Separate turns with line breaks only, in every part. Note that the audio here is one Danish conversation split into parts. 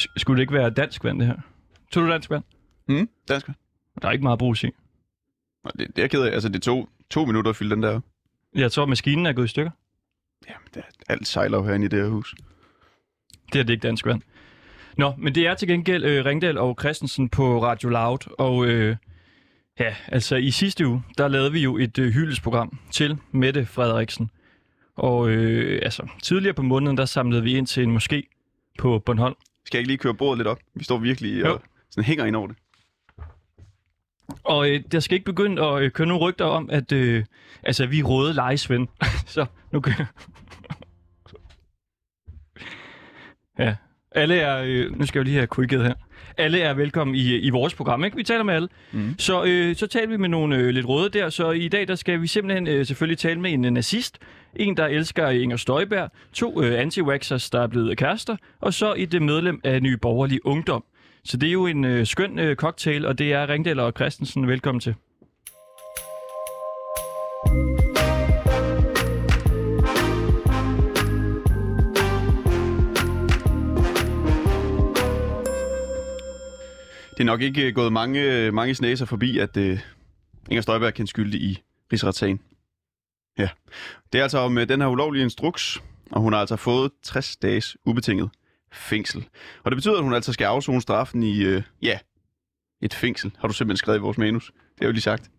s- skulle det ikke være dansk vand, det her? Tog du dansk vand?
Mm, dansk.
Der er ikke meget brug i.
Nå, Det, det er jeg ked af. Altså, det tog to minutter at fylde den der. op.
Jeg tror, maskinen er gået i stykker.
Jamen, det, er- alt sejler jo herinde i det her hus.
Det her det er ikke dansk vand. Nå, men det er til gengæld øh, Ringdal og Christensen på Radio Loud. Og øh, ja, altså i sidste uge, der lavede vi jo et øh, hyldesprogram til Mette Frederiksen. Og øh, altså, tidligere på måneden, der samlede vi ind til en moské på Bornholm.
Skal jeg ikke lige køre bordet lidt op? Vi står virkelig
Jo.
og sådan hænger ind over det.
Og øh, der skal ikke begynde at øh, køre nogle rygter om, at øh, altså, vi er røde lejesvend. Så nu kører Ja. Alle er, øh, nu skal jeg jo lige have kvikket her. Alle er velkommen i, i vores program, ikke? Vi taler med alle.
Mhm.
Mm. Så, øh, så taler vi med nogle øh, lidt røde der, så i dag der skal vi simpelthen øh, selvfølgelig tale med en øh, nazist, en der elsker øh, Inger Støjberg, to øh, anti der er blevet kærester, og så et øh, medlem af Nye Borgerlige Ungdom. Så det er jo en øh, skøn øh, cocktail, og det er Ringdal og Christensen. Velkommen til.
Det er nok ikke øh, gået mange, øh, mange snæser forbi, at øh, Inger Støjberg kan skylde i rigsretssagen. Ja. Det er altså om øh, den her ulovlige instruks, og hun har altså fået 60 dages ubetinget fængsel. Og det betyder, at hun altså skal afzone straffen i, øh, ja, et fængsel, har du simpelthen skrevet i vores manus. Det har jeg jo lige sagt.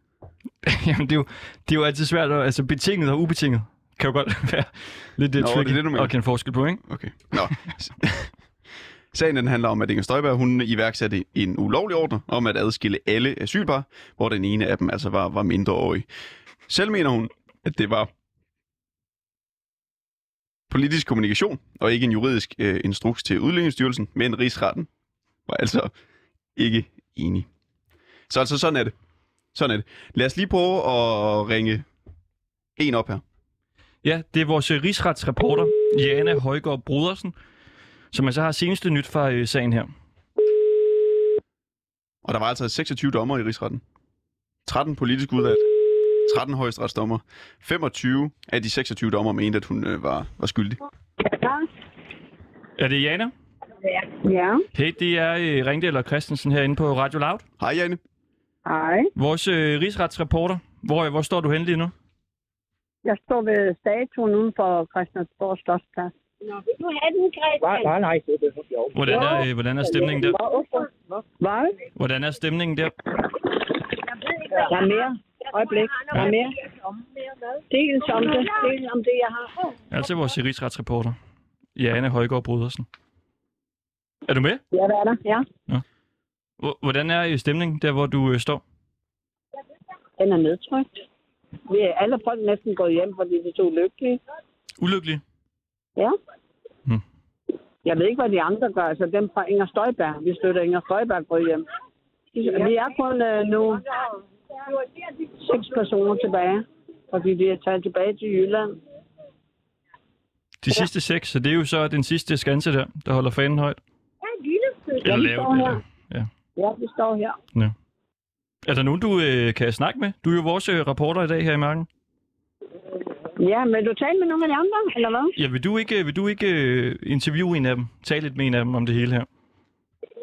Jamen, det er, jo, det er jo altid svært, at, altså betinget og ubetinget kan jo godt være lidt øh,
Nå, det er
tricky
det, du mener.
at kende forskel på, ikke?
Okay. Nå. Sagen den handler om, at Inger Støjberg hun iværksatte en ulovlig ordre om at adskille alle asylpar, hvor den ene af dem altså var, var mindreårig. Selv mener hun, at det var politisk kommunikation og ikke en juridisk øh, instruks til udlændingsstyrelsen, men rigsretten var altså ikke enig. Så altså sådan er det. Sådan er det. Lad os lige prøve at ringe en op her.
Ja, det er vores øh, rigsretsreporter, Jana Højgaard Brodersen, som altså har seneste nyt fra øh, sagen her.
Og der var altså 26 dommer i rigsretten. 13 politisk udvalgt. 13 højesteretsdommer. 25 af de 26 dommer mente, at hun øh, var, var skyldig.
Er det Jana?
Ja,
Hey, det er øh, Ringdal og Christensen herinde på Radio Loud.
Hej, Janne.
hej.
Vores øh, rigsretsreporter, hvor, hvor står du henne lige nu?
Jeg står ved statuen uden for Christiansborg Slotsplads.
Nå, vil du have den,
Nej,
Christian?
nej, nej, det er det. Jo.
Hvordan er, øh, hvordan er stemningen der?
Hvad?
Hvordan er stemningen der?
Jeg ved ikke, hvad
Der er mere. Øjeblik. Der er mere. Dels om det. Dels om det, jeg har.
Altså vores rigsretsreporter, Jana Højgaard Brodersen. Er du med?
Ja, hvad er der? Ja.
Hvor- Hvordan er øh, stemningen der, hvor du øh, står?
Den er nedtrykt. Vi er alle folk næsten gået hjem, fordi de tog lykkelige.
Ulykkelig?
Ja.
Hmm.
Jeg ved ikke, hvad de andre gør. Altså dem fra Inger Støjberg. Vi støtter Inger Støjberg gået hjem. Vi er kun øh, nu seks personer tilbage, fordi de er taget tilbage til Jylland.
De sidste seks, så det er jo så den sidste skanse der, der holder fanen højt.
Jeg er en lille søster.
Eller
vi
lavt.
står her.
Eller.
Ja, vi står her.
Er der nogen, du øh, kan snakke med? Du er jo vores øh, reporter i dag her i marken.
Ja, men du taler med nogle af de andre, eller hvad?
Ja, vil du ikke, vil du ikke øh, interviewe en af dem? Tale lidt med en af dem om det hele her?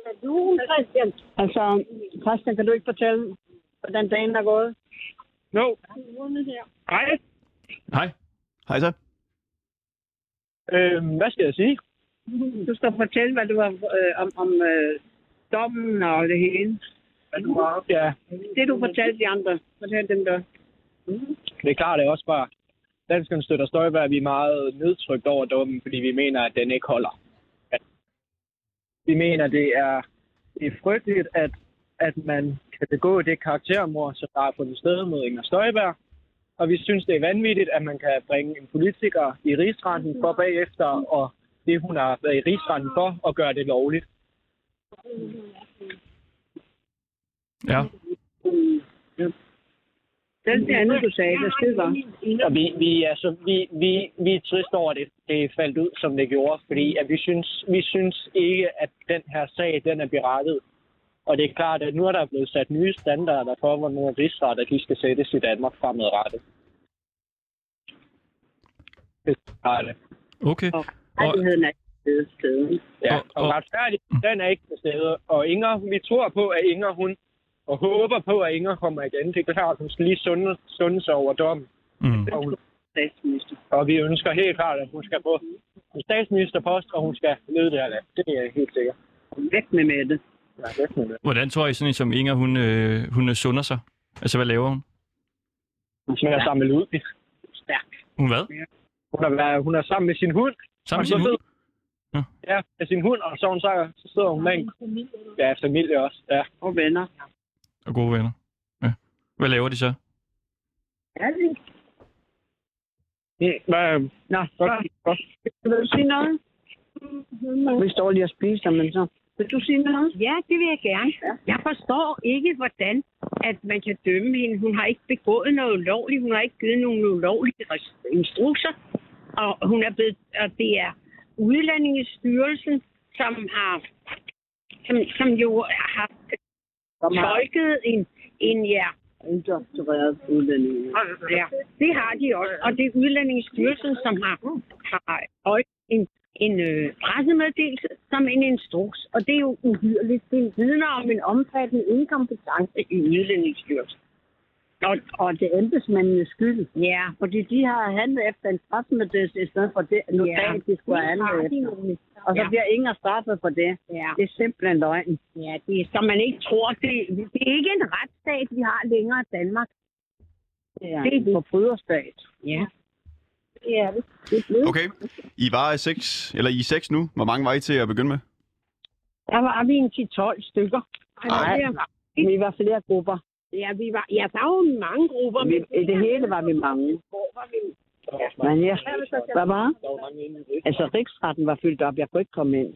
Er du, Christian?
Altså, Christian, kan du ikke fortælle, hvordan dagen er gået?
No. Hej.
Hej.
Hej så.
Øhm, hvad skal jeg sige?
Du skal fortælle, hvad du har øh, om, om øh, dommen og det hele.
Hvad du har op? Ja,
Det, du fortalte de andre. Fortæl dem der.
Mm. det er klart, det er også bare... Danskerne støtter Støjberg, vi er meget nedtrykt over dommen, fordi vi mener, at den ikke holder. At Vi mener, det er, det er frygteligt, at, at man kan begå det karaktermord, som der er fundet sted mod Inger Støjberg. Og vi synes, det er vanvittigt, at man kan bringe en politiker i rigsretten for bagefter, og det, hun har været i rigsretten for, og gøre det lovligt.
Ja.
Den det andet, du sagde, det er skide godt.
Og vi, vi, altså, vi, vi, vi er trist over, at det, det faldt ud, som det gjorde, fordi at vi, synes, vi synes ikke, at den her sag den er berettet. Og det er klart, at nu er der blevet sat nye standarder for, hvornår rigsretter de skal sættes i Danmark fremadrettet. Det er klart, at
Okay.
Og rettigheden er ved steden.
Ja,
Og-
og,
og-
og retfærdig, den er ikke til stede. Og Inger, vi tror på, at Inger, hun og håber på, at Inger kommer igen. Det er klart, hun skal lige sunde, sunde sig over dommen.
Mm.
Og, hun,
Statsminister.
og vi ønsker helt klart, at hun skal få en statsministerpost, og hun skal lede det her land. Det er jeg helt sikker.
Væk med Mette.
Jeg er næsten med.
Hvordan tror I sådan en som Inger, hun, øh, hun øh, sunder sig? Altså, hvad laver hun?
Hun smager sammen ud.
Hun hvad?
Hun har, været, hun er sammen med sin hund.
Sammen med
og
sin
så
hund?
ved-
Nå.
Ja, med sin hund, og så, hun, så, så sidder hun med en ja, familie også. Ja.
Og venner.
Og gode venner. Ja. Hvad laver de så?
Ja, det
Mm, Hvad,
Nå,
godt, godt.
vil du sige noget? Vi står lige og spiser, men så... Vil du sige noget?
Ja, det vil jeg gerne. Jeg forstår ikke, hvordan at man kan dømme hende. Hun har ikke begået noget ulovligt. Hun har ikke givet nogen ulovlige res- instrukser. Og, hun er blevet, og det er Udlændingestyrelsen, som har som, som jo har
Kom her.
tolket en, en ja,
Indoktoreret udlændinge.
Og, ja, det har de også. Og det er Udlændingsstyrelsen, som har, har øje- en, en øh, pressemeddelelse som en instruks. Og det er jo uhyreligt. Det vidner om en omfattende inkompetence i Udlændingsstyrelsen.
Og, og det er embedsmændenes skyld.
Ja,
Fordi de har handlet efter en pressemeddelelse i stedet for det notat, de skulle have handlet efter. Og så
Ja.
bliver ingen straffet for det.
ja,
Det er simpelthen løgn.
ja, det er, som man ikke tror. Det, det er ikke en retsstat, vi har længere i Danmark.
Det er
Det er
en
det.
forbryderstat.
Ja.
Ja, det er blevet.
Okay. I var i seks, eller I er seks nu. Hvor mange var I til at begynde med?
Der var vi en til 12 stykker. Ej,
Ej.
der var-
Vi var flere grupper.
Ja, vi var, ja, der var jo mange grupper.
Vi, I det hele var vi mange. Men jeg, hvad var? Altså, riksretten var fyldt op. Jeg kunne ikke komme ind.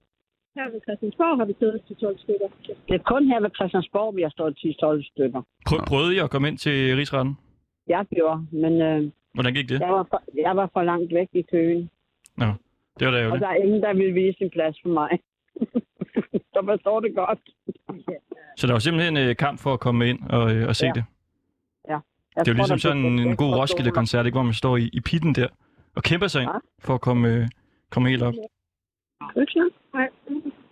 Her ved Christiansborg har vi siddet til 12 stykker.
Det er kun her ved Christiansborg, vi har stået 10-12 stykker.
Nå.
Prø- prøvede I at komme ind til rigsretten?
Jeg gjorde, men øh,
Hvordan gik det?
jeg, var for, jeg var for langt væk i køen.
Det var da
Og
ærgerligt.
der er ingen, der ville vise sin plads for mig. så forstår det godt.
Så der var simpelthen øh, kamp for at komme ind og, øh, og
Altså-
se
Ja.
det.
Jeg
Det er jo
tror,
ligesom
der blev
sådan en,
brugt
en god
ekstra
Roskilde-koncert, ikke, hvor man står i, i pitten der og kæmper sig ind
Ja.
for at komme, øh, komme helt op.
kroner. Ikke så?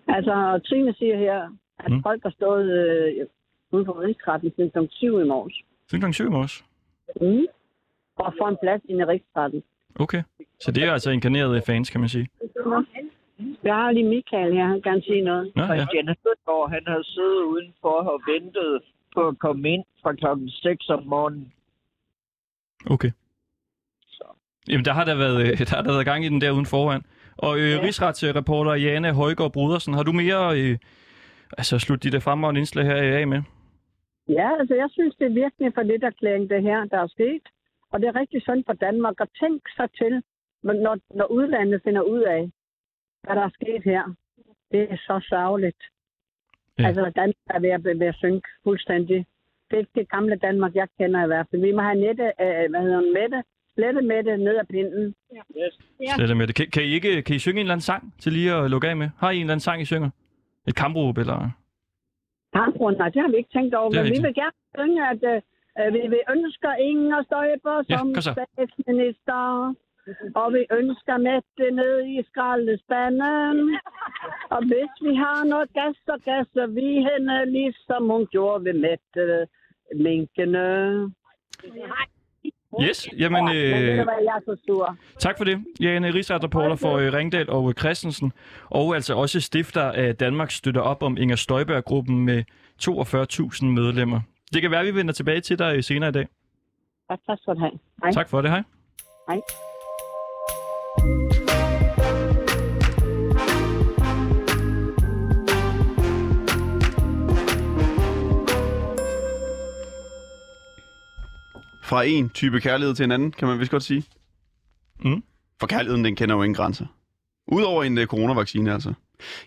Altså, Trine siger her, at
Mm.
mm. folk har stået øh, ude på rigsretten siden kl. 7 i morges.
Siden klokken 7 i morges.
Mm. For at få en plads inde i rigsretten.
Okay. Så det er altså inkarneret af fans, kan man sige.
Jeg har lige Michael her, han kan gerne sige noget.
Nå, ja.
Christian Sødgaard, han havde siddet udenfor og ventet på at komme ind fra klokken 6 om morgenen.
Okay. Jamen, der har der været, øh, der har der været gang i den der uden foran. Og øh, ja. rigsretsreporter Jana Højgaard Brudersen, har du mere... Øh, altså, slut dit øh, fremragende indslag her øh, af med.
Ja, altså jeg synes, det er virkelig for lidt erklæring, det her, der er sket. Og det er rigtig synd for Danmark at tænke sig til, men når, når udlandet finder ud af, hvad der er sket her. Det er så sørgeligt.
Ja.
Ja. Altså Danmark er ved at, ved at synke fuldstændig. Det er ikke det gamle Danmark, jeg kender i hvert fald. Vi må have Nette, øh, hvad hedder hun, Mette, Slette Mette ned af pinden.
Ja. Slet med det. Kan, kan, I ikke, kan I synge en eller anden sang til lige at lukke af med? Har I en eller anden sang, I synger? Et kampråb, eller...
Kamprunden, nej, det har vi ikke tænkt over,
Det har
men
vi
vi
ikke
vil gerne synge, at øh, vi, vi ønsker Inger Støjber
Ja,
som
kom så.
statsminister, og vi ønsker Mette ned i skraldespanden. Og hvis vi har noget gas, så gasser vi hende, ligesom hun gjorde ved Mette minkene.
Yes, jamen...
Øh... Men ved
Øh,
du hvad, jeg er så sur.
Tak for det, Jane Rigsret-reporter for øh, Ringdal og øh, Christensen, og altså også stifter af Danmark støtter op om Inger Støjberg-gruppen med 42.000 medlemmer. Det kan være, at vi vender tilbage til dig øh, senere i dag.
Ja, tak skal du have. Hej.
Tak for det, hej.
Hej.
Fra en type kærlighed til en anden, kan man vist godt sige.
Mm.
For kærligheden, den kender jo ingen grænser. Udover en uh, coronavaccine, altså.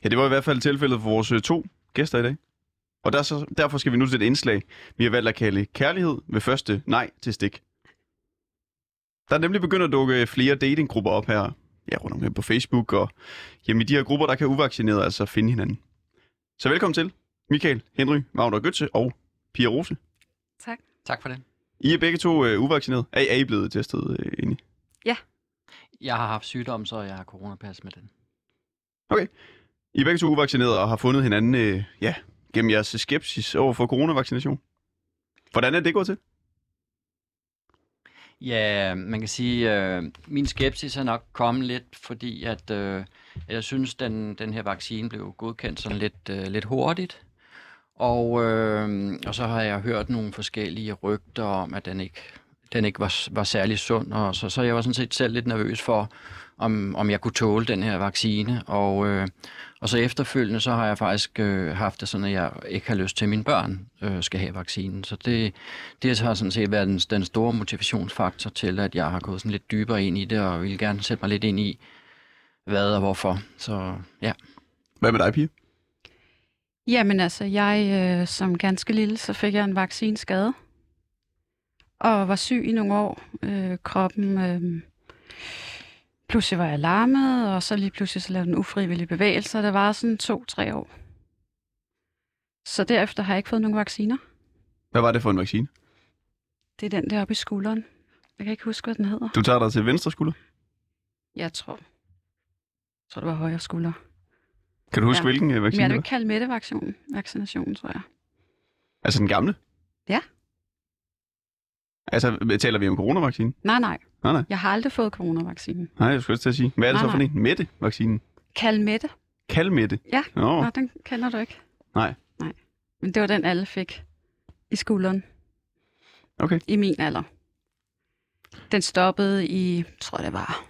Ja, det var i hvert fald tilfældet for vores øh, to gæster i dag. Og der, så, derfor skal vi nu til et indslag, vi har valgt at kalde Kærlighed ved første nej til stik. Der er nemlig begyndt at dukke flere datinggrupper op her. Ja, rundt omkring på Facebook, og jamen, i de her grupper, der kan uvaccinerede altså finde hinanden. Så velkommen til Michael, Henry, Wagner Götze og Pia Rose.
Tak.
Tak for det.
I er begge to øh, uvaccineret. Er, er I blevet testet øh, egentlig?
Jeg har haft sygdom, så jeg har coronapas med den.
Okay. I er begge to uvaccineret og har fundet hinanden øh, ja, gennem jeres skepsis over for coronavaccination. Hvordan er det gået til?
Ja, man kan sige, øh, min skepsis er nok kommet lidt, fordi at, øh, jeg synes, den, den her vaccine blev godkendt sådan lidt, øh, lidt hurtigt. Og, øh, og så har jeg hørt nogle forskellige rygter om, at den ikke, den ikke var, var særlig sund. Og så, så jeg var sådan set selv lidt nervøs for, om, om jeg kunne tåle den her vaccine. Og, øh, og så efterfølgende, så har jeg faktisk øh, haft det sådan, at jeg ikke har lyst til, at mine børn øh, skal have vaccinen. Så det, det har sådan set været den, den store motivationsfaktor til, at jeg har gået sådan lidt dybere ind i det, og vil gerne sætte mig lidt ind i, hvad og hvorfor. Så ja.
Hvad med dig, Pia?
Jamen altså, jeg øh, som ganske lille, så fik jeg en vaccinskade. Og var syg i nogle år. Øh, kroppen... Øh, pludselig var jeg larmet, og så lige pludselig så lavede den ufrivillige bevægelser. Det var sådan to-tre år. Så derefter har jeg ikke fået nogen vacciner.
Hvad var det for en vaccine?
Det er den der oppe i skulderen. Jeg kan ikke huske, hvad den hedder.
Du tager dig til venstre skulder.
Jeg tror, jeg tror det var højre skulder.
Kan du huske, ja. hvilken øh,
Men
vaccine
jeg
det
vil
var?
ikke kalde vaccinationen, vaccinationen, tror jeg.
Altså den gamle?
Ja.
Altså, taler vi om coronavaccinen?
Nej, nej.
Nej, nej.
Jeg har aldrig fået coronavaccinen.
Nej, jeg skulle også til at sige. Hvad er det
Nej,
så for
nej.
en? Mette-vaccinen?
Kald med det.
Kalmette?
Ja.
Nå,
Nå, den kender du ikke.
Nej.
Nej. Men det var den, alle fik i skulderen.
Okay.
I min alder. Den stoppede i, tror det var,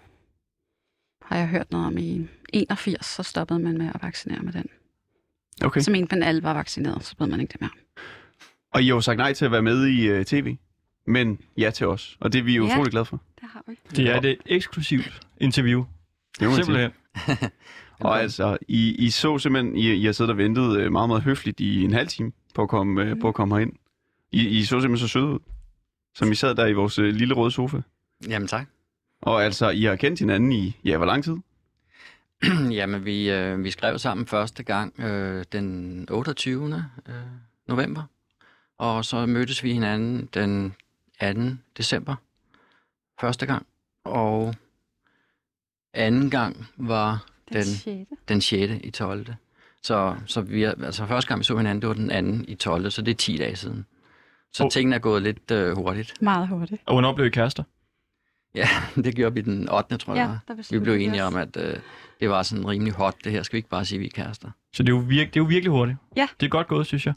har jeg hørt noget om i 81, så stoppede man med at vaccinere med den.
okay.
Så mente man, alle var vaccineret, så blev man ikke det mere.
Og I har jo sagt nej til at være med i øh, tv, men ja til os. Og det er vi jo
Ja.
utrolig glade for.
Det har vi.
Det er et øh, eksklusivt interview.
Det må man sige.
Simpelthen.
Og altså, I, I så simpelthen, I, I har siddet og ventet øh, meget, meget høfligt i en halv time på at komme, øh, på at komme herind. I, I så simpelthen så søde ud, som I sad der i vores øh, lille røde sofa.
Jamen tak.
Og altså, I har kendt hinanden i, ja, hvor lang tid?
Jamen, vi, øh, vi skrev sammen første gang øh, den 28. Øh, november, og så mødtes vi hinanden den 2. december første gang, og anden gang var den,
Den.
den 6. i 12. Så, så vi, er- altså første gang vi så hinanden, det var den anden i 12. Så det er 10 dage siden. Så
Oh.
oh. tingene er gået lidt øh, hurtigt.
Meget hurtigt.
Og hvornår blev I kærester?
Ja, det gjorde vi den 8. tror jeg. det var.
der
vi
besluttede
blev
vi
enige
os.
om, at øh, det var sådan rimelig hot, det her. Skal vi ikke bare sige, at vi er kærester?
Så det er, jo virke, det er jo virkelig hurtigt.
Ja.
Det er godt gået, synes jeg.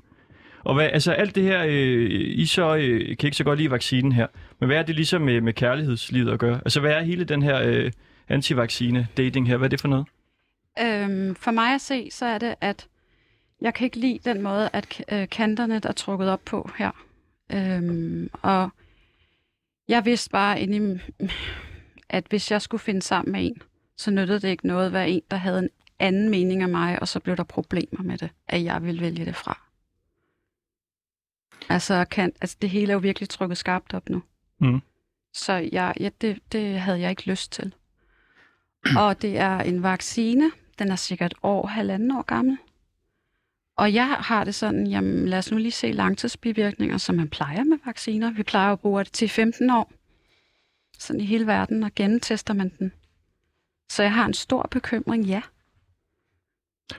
Og hvad, altså alt det her, øh, I så øh, kan ikke så godt lide vaccinen her, men hvad er det ligesom med, med kærlighedslivet at gøre? Altså hvad er hele den her øh, antivaccine-dating her, hvad er det for noget?
Øhm, for mig at se, så er det, at jeg kan ikke lide den måde, at k- øh, kanterne der er trukket op på her. Øhm, og jeg vidste bare inde i, m- at hvis jeg skulle finde sammen med en, så nyttede det ikke noget at være en, der havde en anden mening af mig, og så blev der problemer med det, at jeg ville vælge det fra. Altså, kan, altså det hele er jo virkelig trukket skarpt op nu.
Mhm.
Så jeg, ja, det, det havde jeg ikke lyst til. Og det er en vaccine. Den er sikkert år, halvanden år gammel. Og jeg har det sådan, jamen lad os nu lige se langtidsbivirkninger, som man plejer med vacciner. Vi plejer at bruge det til 15 år. Sådan i hele verden, og gennemtester man den. Så jeg har en stor bekymring, ja.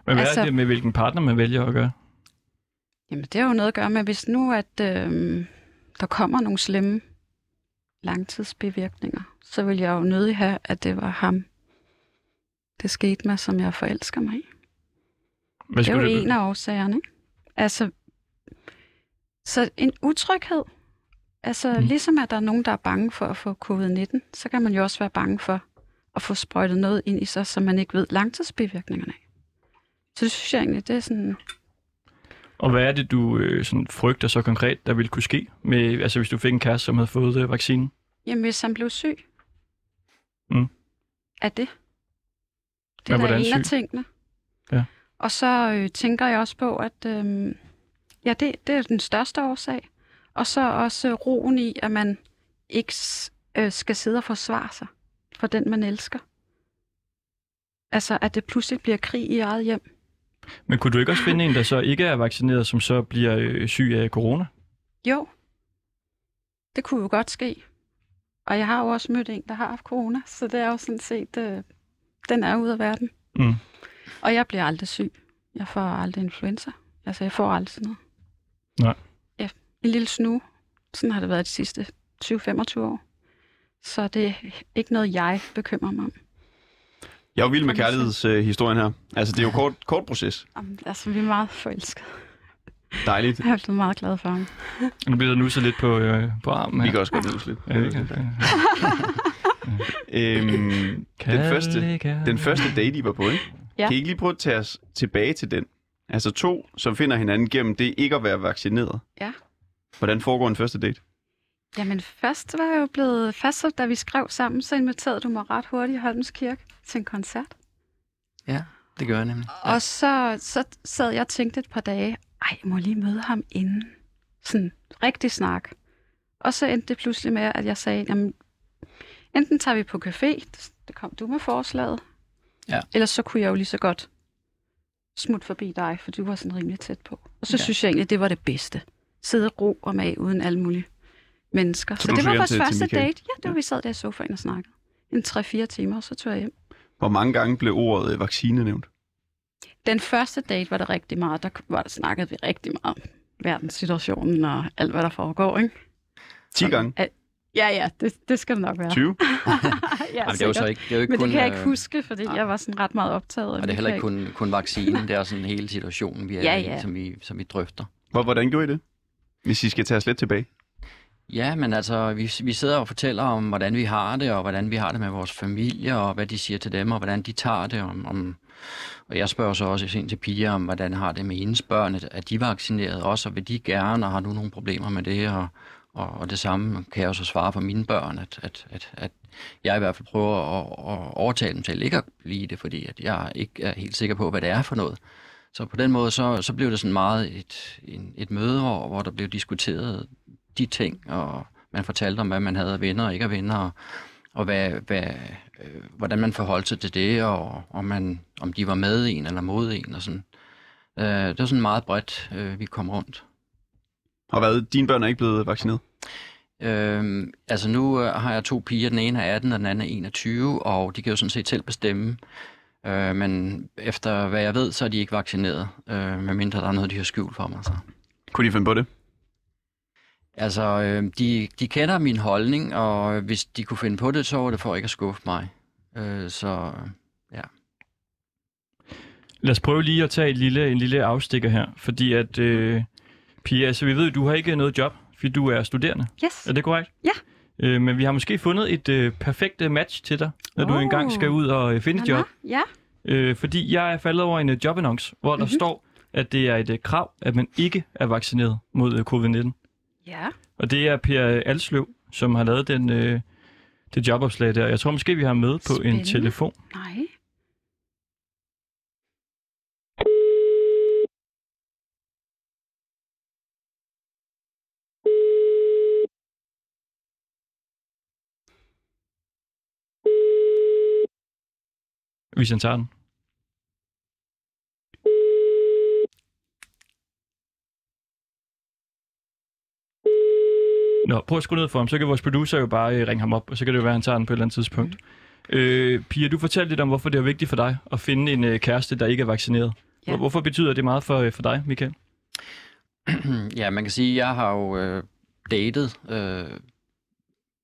Men hvad altså...
Altså-
er det med, hvilken partner man vælger at gøre?
Jamen det har jo noget at gøre med, hvis nu at øh, der kommer nogle slemme langtidsbivirkninger, så vil jeg jo nødig have, at det var ham, det skete med, som jeg forelsker mig i.
Hvad
Det er jo
skulle
en af årsagerne. Ikke? Altså, så en utryghed. Altså,
Mm.
mm. ligesom at der er nogen, der er bange for at få covid-19, så kan man jo også være bange for at få sprøjtet noget ind i sig, som man ikke ved langtidsbivirkningerne af. Så det synes jeg egentlig, det er sådan...
Og hvad er det, du øh, sådan frygter så konkret, der ville kunne ske, med, altså hvis du fik en kæreste, som havde fået øh, vaccinen?
Jamen, hvis han blev syg
Mm.
af det. Det
Men
er da
hvordan
en af
syg?
tingene.
Ja.
Og så øh, tænker jeg også på, at øh, ja, det, det er den største årsag. Og så også øh, roen i, at man ikke s- øh, skal sidde og forsvare sig for den, man elsker. Altså, at det pludselig bliver krig i eget hjem.
Men kunne du ikke også finde en, der så ikke er vaccineret, som så bliver øh, syg af corona?
Jo, det kunne jo godt ske. Og jeg har jo også mødt en, der har haft corona, så det er jo sådan set, øh, den er ude af verden.
Mm.
Og jeg bliver aldrig syg. Jeg får aldrig influenza. Altså, jeg får aldrig sådan noget.
Nej.
Ja, en lille snue. Sådan har det været de sidste 20-25 år. Så det er ikke noget, jeg bekymrer mig om.
Jeg er jo vild med kærlighedshistorien her. Altså, det er jo kort, kort proces.
Jamen, Altså, vi er meget forelskede.
Dejligt.
Jeg er blevet meget glad for ham.
Nu bliver der nusset lidt på, øh, på armen her.
Vi kan også godt lyse lidt.
Ja, det kan.
Øhm, den, første, den første date, I var på, ikke?
Ja.
Kan I ikke lige prøve at tage os tilbage til den? Altså to, som finder hinanden gennem det ikke at være vaccineret.
Ja.
Hvordan foregår en første date?
Jamen, først var jeg jo blevet fast, så da vi skrev sammen, så inviterede du mig ret hurtigt i Holmens Kirke til en koncert.
Ja, det gør jeg nemlig.
Ja. Og så, så sad jeg og tænkte et par dage, ej, jeg må lige møde ham inden. Sådan rigtig snak. Og så endte det pludselig med, at jeg sagde, jamen, enten tager vi på café, det kom du med forslaget,
Ja.
ellers så kunne jeg jo lige så godt smutte forbi dig, for du var sådan rimelig tæt på. Og så
Ja.
ja. synes jeg egentlig, det var det bedste. Sidde ro og mag uden alle mulige mennesker.
Så
Så,
du
det
tog
var
hjem
vores
til- til
første
Michael?
date. Ja, det var, vi sad der i sofaen og snakkede. En 3-4 timer, og så tog jeg hjem.
Hvor mange gange blev ordet øh, vaccine nævnt?
Den første date var der rigtig meget. Der, var der snakkede vi rigtig meget om verdenssituationen og alt, hvad der foregår, ikke?
10 gange?
Ja, ja, det, det skal det nok være.
20?
ja,
Jamen, det er jo så
sikkert.
ikke, det er jo ikke
Men
kun,
det kan jeg ikke
øh,
huske, fordi jeg var sådan ret meget optaget. af
Og det er heller ikke
Michael.
kun, kun vaccinen, det er sådan hele situationen, vi er
Ja,
i,
ja.
Som, vi, som vi drøfter.
Hvor, hvordan gjorde I det? Hvis I skal tage os lidt tilbage.
Ja, men altså, vi, vi sidder og fortæller om, hvordan vi har det, og hvordan vi har det med vores familie, og hvad de siger til dem, og hvordan de tager det. Om, om, og jeg spørger så også ind til piger om, hvordan har det med hendes børn, at- at de er vaccineret også, og vil de gerne, og har du nogle problemer med det? Og, og, og det samme kan jeg jo så svare for mine børn, at, at, at, at jeg i hvert fald prøver at, at overtale dem til ikke at blive det, fordi at jeg ikke er helt sikker på, hvad det er for noget. Så på den måde, så, så blev det sådan meget et, en, et møde, hvor, hvor der blev diskuteret de ting, og man fortalte om, hvad man havde af venner og ikke af venner, og, og hvad, hvad, øh, hvordan man forholdt sig til det, og om, man, om de var med en eller mod en, og sådan. Øh, det var sådan meget bredt, øh, vi kom rundt.
Og hvad, dine børn er ikke blevet vaccineret?
Øh, altså nu øh, har jeg to piger, den ene er 18, og den anden er 21, og de kan jo sådan set selv bestemme, øh, men efter hvad jeg ved, så er de ikke vaccineret, øh, medmindre der er noget, de har skjult for mig. Så.
Kunne de finde på det?
Altså, øh, de, de kender min holdning, og hvis de kunne finde på det, så var det for ikke at skuffe mig. Øh, så
Lad os prøve lige at tage et lille, en lille afstikker her, fordi at, øh, Pia, altså vi ved, du har ikke noget job, fordi du er studerende.
Yes.
Er det korrekt?
Ja.
Øh, men vi har måske fundet et øh, perfekt øh, match til dig, når du
Oh.
engang skal ud og øh, finde et
Nå, nå,
job.
Ja,
Øh, fordi jeg er faldet over en øh, jobannonce, hvor
Mhm.
der står, at det er et øh, krav, at man ikke er vaccineret mod øh, covid-19.
ja.
Og det er Per øh, Alsløv, som har lavet den, øh, det jobopslag der. Jeg tror måske, vi har med på en
Spændende.
telefon.
Nej.
hvis han tager den. Nå, prøv at skrue ned for ham, så kan vores producer jo bare øh, ringe ham op, og så kan det jo være, at han tager den på et eller andet tidspunkt. Mm. Øh, Pia, du fortalte lidt om, hvorfor det er vigtigt for dig at finde en øh, kæreste, der ikke er vaccineret.
Ja.
Ja. Hvorfor betyder det meget for, øh, for dig, Michael?
ja, man kan sige, at jeg har jo øh, datet, øh,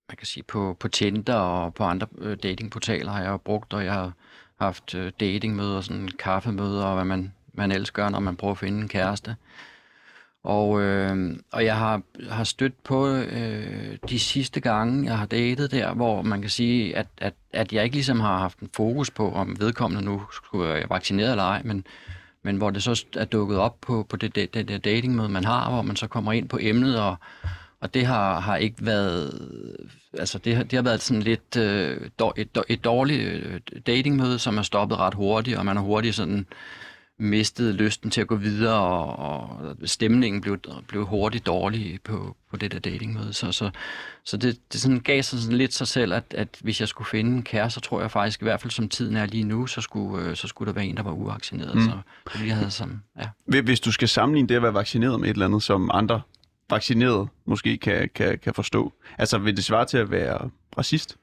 man kan sige, på, på Tinder og på andre øh, datingportaler har jeg jo brugt, og jeg har haft øh, datingmøder, sådan kaffemøder, og hvad man, man ellers gør, når man prøver at finde en kæreste. Og, øh, og jeg har, har stødt på øh, de sidste gange, jeg har datet der, hvor man kan sige, at, at, at jeg ikke ligesom har haft en fokus på, om vedkommende nu skulle være vaccineret eller ej, men, men hvor det så er dukket op på, på det, det, det, det datingmøde, man har, hvor man så kommer ind på emnet, og, og det har, har ikke været, altså det, har- det har været sådan lidt øh, dår- et, dår- et dårligt øh, datingmøde, som er stoppet ret hurtigt, og man har hurtigt sådan mistet lysten til at gå videre, og, og stemningen blev, blev hurtigt dårlig på, på det der datingmøde. Så, så, så det, det sådan gav sig sådan lidt sig selv, at, at hvis jeg skulle finde en kæreste, så tror jeg faktisk, i hvert fald som tiden er lige nu, så skulle, øh, så skulle der være en, der var uvaccineret.
Mm.
Mm. Så, så vi havde som, ja.
Hvis- Hvis du skal sammenligne det at være vaccineret med et eller andet, som andre vaccinerede måske kan, kan, kan forstå. Altså, vil det svare til at være racist?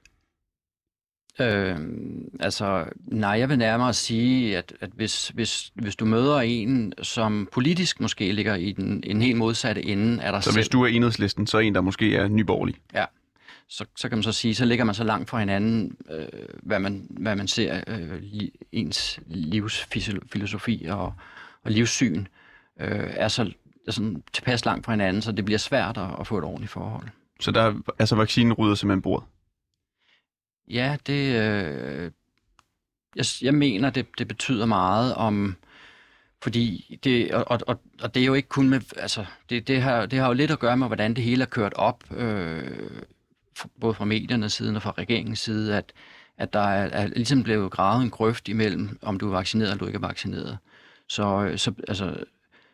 Øh, altså, nej, jeg vil nærmere sige, at, at hvis, hvis, hvis du møder en, som politisk måske ligger i den, en helt modsatte ende af dig
Så
selv,
hvis du er enhedslisten, så er en, der måske er nyborgerlig.
så, så kan man så sige, så ligger man så langt fra hinanden, øh, hvad, man, hvad man ser øh, li, ens livsfilosofi og, og livssyn, øh, er så er sådan tilpas langt fra hinanden, så det bliver svært at, at få et ordentligt forhold.
Så der, er- altså vaccinen rydder simpelthen bordet.
Ja, det, øh, jeg, jeg mener, det, det betyder meget om, fordi det, og, og- og, og det er jo ikke kun med, altså, det, det, har, det har jo lidt at gøre med, hvordan det hele er kørt op, øh, f- både fra mediernes side og fra regeringens side, at, at der er, er ligesom blevet gravet en grøft imellem, om du er vaccineret eller du ikke er vaccineret. Så, øh, så, altså,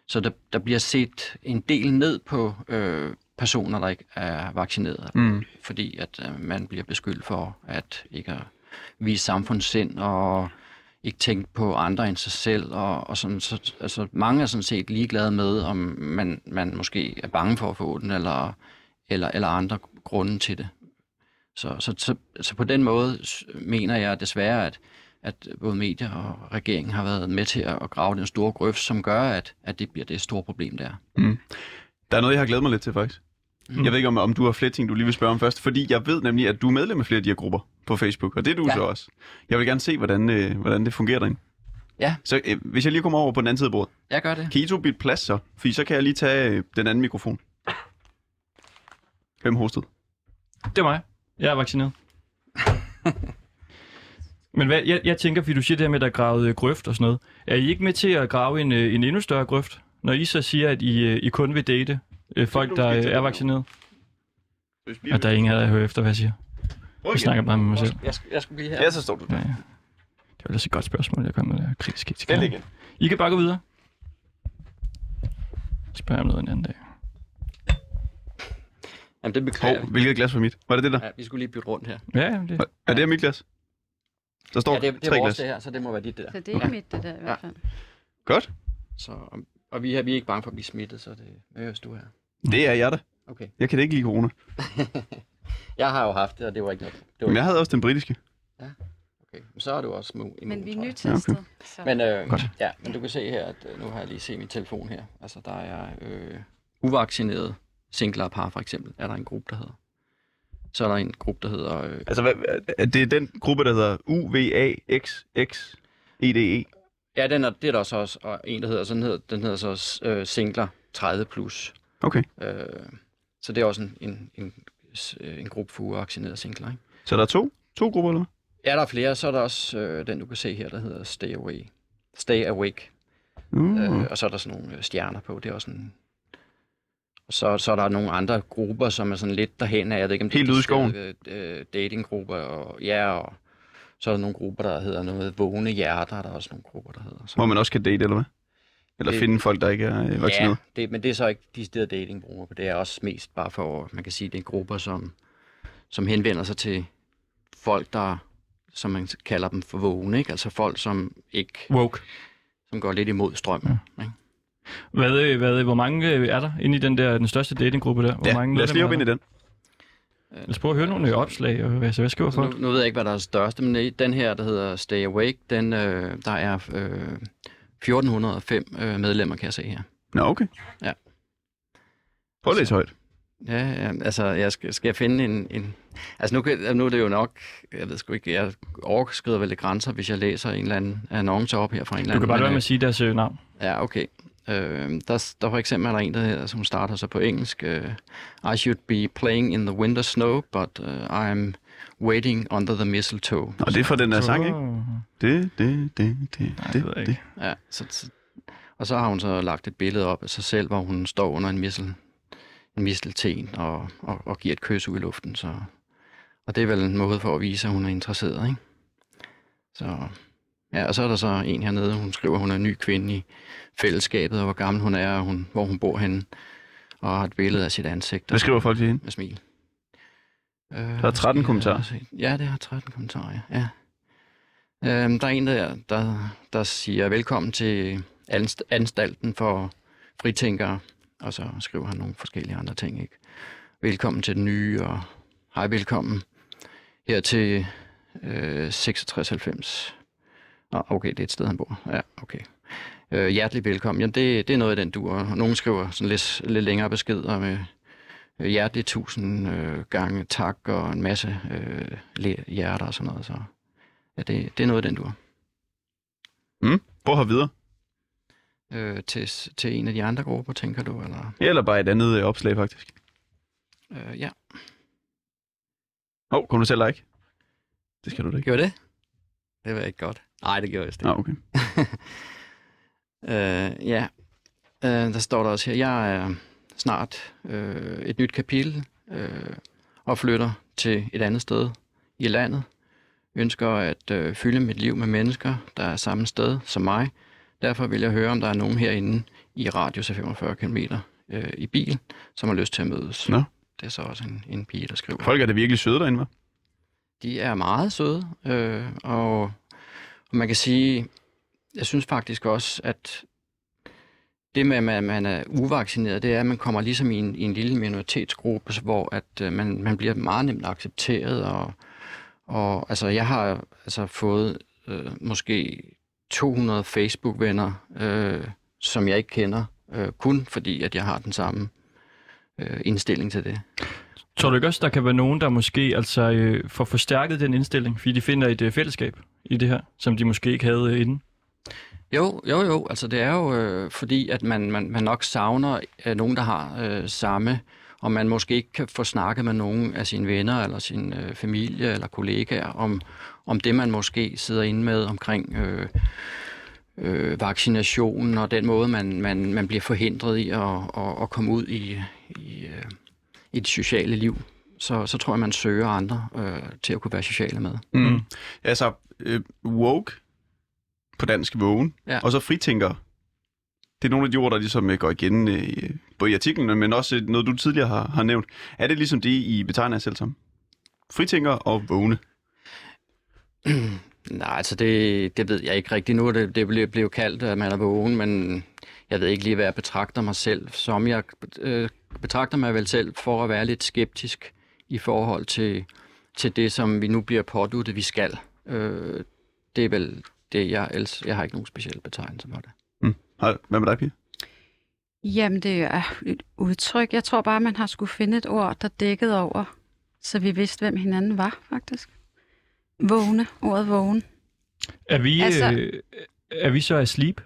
så der, der bliver set en del ned på øh, personer, der ikke er vaccineret
Mm.
fordi at øh, man bliver beskyldt for at ikke at vise samfundssind og ikke tænke på andre end sig selv. Og, og sådan, så, altså, mange er sådan set ligeglade med, om man, man måske er bange for at få den, eller, eller, eller andre grunde til det. Så, så, så, så på den måde s- mener jeg desværre, at, at både medier og regeringen har været med til at at grave den store grøft, som gør, at, at det bliver det store problem, der.
Mm.
Der er noget, jeg har glædet mig lidt til, faktisk. Mm.
Mm.
Jeg ved ikke, om, om du har flere ting, du lige vil spørge om først, fordi jeg ved nemlig, at du er medlem af flere af de her grupper på Facebook, og det er du ja.
Ja.
så også. Jeg vil gerne se, hvordan, øh, hvordan det fungerer derinde.
Ja.
Så øh, hvis jeg lige kommer over på den anden side af bordet,
Jeg gør det.
kan I to bytte plads så? Fordi så kan jeg lige tage øh, den anden mikrofon. Hvem hostede?
Det er mig. Jeg er vaccineret. Men hvad, jeg, jeg tænker, fordi du siger det her med, at der er gravet øh, grøft og sådan noget. Er I ikke med til at grave en, øh, en endnu større grøft, når I så siger, at I, øh, I kun vil date øh, folk, der øh, er vaccineret? Og der er ingen af jer, der hører efter, hvad jeg siger. Jeg snakker bare med mig selv.
Jeg, jeg skulle blive her.
Ja, så står du der.
Ja, ja. Det var ellers et godt spørgsmål, jeg kom med der. Kritisk etik.
Den igen.
I kan bare gå videre. Spørg om noget en anden dag.
Jamen, det beklager jeg.
Hov, hvilket glas var mit? Var det det der?
Ja, vi skulle lige bytte rundt her.
Ja, ja, det.
Er det her mit glas? Der står
Ja, det, det
tre
er vores
glas.
det her, så det må være dit det der.
Så det er mit, det der i hvert fald.
Godt.
Så, og- og vi er, vi er ikke bange for at blive smittet, så det øverst du her.
Det er jeg da.
Okay.
Jeg kan da ikke lide corona.
Jeg har jo haft det, og det var ikke noget. Det var
Men jeg
ikke,
havde også den britiske.
okay. Men Så er du også immun,
Men vi er
tror jeg.
nytestet.
Ja,
Så.
Men, øh,
Godt.
ja, men du kan se her, at øh, nu har jeg lige set min telefon her. Altså, der er øh, uvaccinerede singler og par, for eksempel, er der en gruppe, der hedder. Så er der en gruppe, der hedder... Øh,
Altså, hvad, er det er den gruppe, der hedder UVAXXEDE.
ja, den er, det er der så også og en, der hedder, sådan hedder, den hedder så også, øh, singler 30+. plus.
Okay.
Øh, så det er også en, en, en, en gruppe for uvaccinerede singler, ikke?
Så der er to? To grupper, eller hvad?
Er der flere, så er der også øh, den, du kan se her, der hedder Stay Away. Stay Awake.
Mm.
Mm. Øh, og så er der sådan nogle øh, stjerner på. Det er også en... Og så, så er der nogle andre grupper, som er sådan lidt derhen af. Jeg ved ikke, om det
Helt
er
ude i
deciderede, Øh, datinggrupper. Og, ja, og så er der nogle grupper, der hedder noget vågne hjerter. Er der også nogle grupper, der hedder. Så.
Hvor man også kan date, eller hvad? Eller
Det-
finde folk, der ikke er øh,
ja,
vaccineret.
det, men det er så ikke de steder datinggrupper. Det er også mest bare for, man kan sige, det er grupper, som, som henvender sig til folk, der som man kalder dem for vågne, ikke? altså folk, som ikke
Woke.
som går lidt imod strømmen. Ja. Ikke?
Hvad, øh, hvad, øh, hvor mange øh, er der inde i den der den største datinggruppe der? Hvor
Ja,
mange
lad os lige op ind i den.
Lad os prøve at høre nogle øh, opslag, og hvad, så hvad skriver
Altså,
folk?
nu, nu ved jeg ikke, hvad der er størst, men i den her, der hedder Stay Awake, den, øh, der er øh, 1405 øh, medlemmer, kan jeg se her.
Nå, okay.
Ja.
Prøv at læse højt.
Altså- Ja, ja, altså, jeg skal, skal jeg finde en... en altså, nu, kan, nu er det jo nok... Jeg ved sgu ikke, jeg overskrider vel lidt grænser, hvis jeg læser en eller anden annonce op her fra en eller
Du
anden...
kan bare lade være
men,
med at sige deres øh, navn.
øh, Ja, okay. Øh, der, der for eksempel er der en, der hedder, som starter så på engelsk. Øh, I should be playing in the winter snow, but uh, I'm waiting under the mistletoe.
Og det er fra den der sang, ikke?
Åh.
Det, det, det, det,
Nej, det ved
det,
jeg
det.
ikke.
Ja, så, så, og så har hun så lagt et billede op af sig selv, hvor hun står under en missel, en mistelten og, og, og giver et kys ud i luften. Så, og det er vel en måde for at vise, at hun er interesseret, ikke? Så, ja, og så er der så en hernede, hun skriver, at hun er en ny kvinde i fællesskabet, og hvor gammel hun er, og hun, hvor hun bor henne, og har et billede af sit ansigt.
Hvad skriver folk til hende?
Med smil. Øh, der
13 kommentarer.
Ja, det har 13 kommentarer, ja. ja. Øhm, der er en der, der, der siger velkommen til anst- anstalten for fritænkere, og så skriver han nogle forskellige andre ting, ikke? Velkommen til den nye, og hej velkommen her til øh, 66-90. Nå, okay, det er et sted, han bor. Ja, okay. Øh, hjertelig velkommen. Jamen, det, det er noget af den dur. Og Nogen skriver sådan lidt, lidt længere beskeder med øh, hjertelig tusind øh, gange tak og en masse øh, le- hjerter og sådan noget. Så ja, det, det er noget af den dur.
Mm. Prøv at hoppe videre.
Øh, til, til en af de andre grupper, tænker du? Eller?
Eller bare et andet øh, opslag, faktisk.
Øh, ja.
Åh, oh, kom du selv like? Det skal du da ikke.
Gjorde det? Det var ikke godt. Nej, det gjorde jeg slet ikke.
Ah, okay.
Øh, ja, øh, der står der også her, jeg er snart øh, et nyt kapitel øh, og flytter til et andet sted i landet. Ønsker at øh, fylde mit liv med mennesker, der er samme sted som mig. Derfor vil jeg høre, om der er nogen herinde i radius af 45 km øh, i bil, som har lyst til at mødes.
Nå.
Det er så også en, en pige, der skriver.
Folk er det virkelig søde derinde, hva'?
De er meget søde, øh, og, og man kan sige, jeg synes faktisk også, at det med, at man, man er uvaccineret, det er, at man kommer ligesom i en, i en lille minoritetsgruppe, så hvor at, øh, man, man bliver meget nemt accepteret. Og, og altså, jeg har altså, fået øh, måske 200 Facebook-venner, øh, som jeg ikke kender, øh, kun fordi, at jeg har den samme øh, indstilling til det.
Tror du ikke også, der kan være nogen, der måske altså, øh, får forstærket den indstilling, fordi de finder et øh, fællesskab i det her, som de måske ikke havde øh, inden?
Jo, jo, jo. Altså det er jo øh, fordi, at man, man, man nok savner øh, nogen, der har øh, samme, og man måske ikke kan få snakket med nogen af sine venner eller sin øh, familie eller kollegaer om, om det, man måske sidder inde med omkring øh, øh, vaccinationen og den måde, man, man, man bliver forhindret i at, at, at komme ud i, i, øh, i det sociale liv. Så, så tror jeg, man søger andre øh, til at kunne være sociale med.
Mm. Altså, øh, woke på dansk vågen,
Ja.
ja. og så fritænkere. Det er nogle af de ord, der ligesom øh, går igen øh, i- både i artiklen, men også øh, noget, du tidligere har, har nævnt. Er det ligesom det, I betegner jer selv som? Fritænkere og vågne.
Nej, altså det, det ved jeg ikke rigtigt nu. er Det, det blev, blev kaldt, at man er vågen, men jeg ved ikke lige, hvad jeg betragter mig selv som. Jeg øh, betragter mig vel selv for at være lidt skeptisk i forhold til, til det, som vi nu bliver påduttet, vi skal. Øh, det er vel det, jeg, ellers, jeg har ikke nogen speciel betegnelse for det.
Har- Mm. Hvad med dig, Pia?
Jamen, det er et udtryk. Jeg tror bare, man har skulle finde et ord, der dækkede over, så vi vidste, hvem hinanden var, faktisk. Vågne. Ordet vågen.
Er vi,
Altså-
altså... øh, er vi så asleep?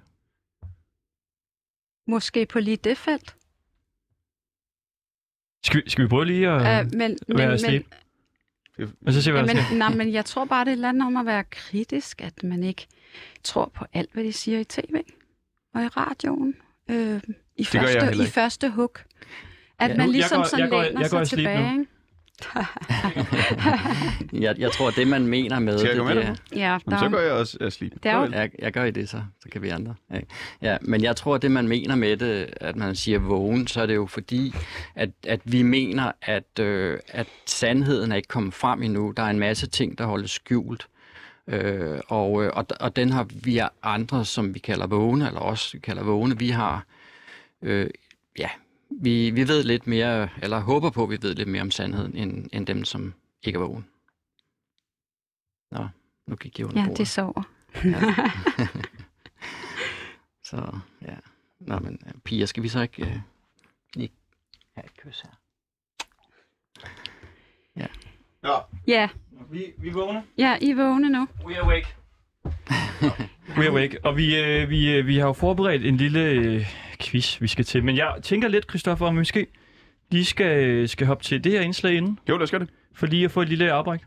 Måske på lige det felt.
Skal vi, skal vi prøve lige at
Øh, men,
øh, være asleep? Og så se, hvad der
Jamen,
sker.
nej, men jeg tror bare, det handler om at være kritisk, at man ikke tror på alt, hvad de siger i tv og i radioen. Øh, i,
gør jeg
første,
heller
i
ikke.
første hook. At
Ja.
ja, man
Nu- jeg
ligesom
går-
sådan
jeg går-
læner
jeg går i
sig
sleep nu.
tilbage. ikke?
Jeg, jeg tror, det, man mener med
Skal jeg
det,
komme med
det er...
Ja, der
Jamen, så
er
går jeg også asleep.
Det er jo-
Jeg, jeg gør i det så, så kan vi andre. Ja. ja, men jeg tror, at det man mener med det, at man siger vågen, så er det jo fordi, at, at vi mener, at, øh, at sandheden er ikke kommet frem endnu. Der er en masse ting, der holdes skjult. Øh, og, øh, og, og den har vi andre, som vi kalder vågne, eller os vi kalder vågne, vi har, øh, ja, vi, vi ved lidt mere, eller håber på, at vi ved lidt mere om sandheden, end, end dem, som ikke er vågne. Nå, nu gik jeg under
ja,
bordet.
det sover.
Ja. så ja. Nå, men øh, piger, skal vi så ikke øh, lige have et kys her?
Ja,
Vi, vi vågner.
ja, I er vågne nu.
We are awake. We are awake. Og vi, øh, vi, øh, vi har jo forberedt en lille øh, quiz, vi skal til. Men jeg tænker lidt, Christoffer, om vi måske lige skal, øh, skal hoppe til det her indslag inden,
Jo, lad os gøre det.
for lige at få et lille afbræk.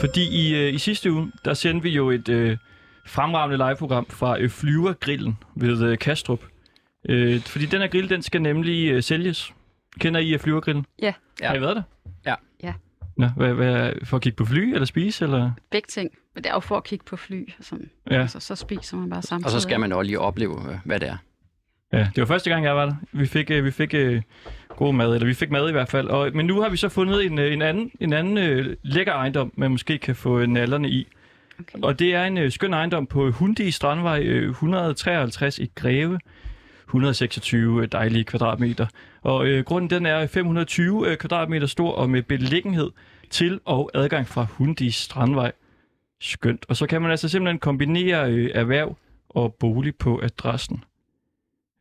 Fordi i, øh, i sidste uge, der sendte vi jo et øh, fremragende liveprogram fra øh, Flyvergrillen ved øh, Kastrup. Øh, fordi den her grill, den skal nemlig øh, sælges. Kender I øh, Flyvergrillen?
Ja.
Ja.
Har I været der?
Ja.
Ja.
Nå, hvad, hvad, for at kigge på fly eller spise? Eller?
Begge ting. Men det er jo for at kigge på fly. og sådan.
Ja.
Altså, så spiser man bare samtidig.
Og så skal man også lige opleve, øh, hvad det er.
ja, det var første gang, jeg var der. Vi fik, øh, vi fik øh, god mad, eller vi fik mad i hvert fald. Og, men nu har vi så fundet en, øh, en anden, en anden øh, lækker ejendom, man måske kan få øh, nallerne i.
Okay.
Og det er en øh, skøn ejendom på Hundi Strandvej øh, 153 i Greve. 126 øh, dejlige kvadratmeter. Og øh, grunden den er 520 øh, kvadratmeter stor og med beliggenhed til og adgang fra Hundi Strandvej. Skønt. Og så kan man altså simpelthen kombinere øh, erhverv og bolig på adressen.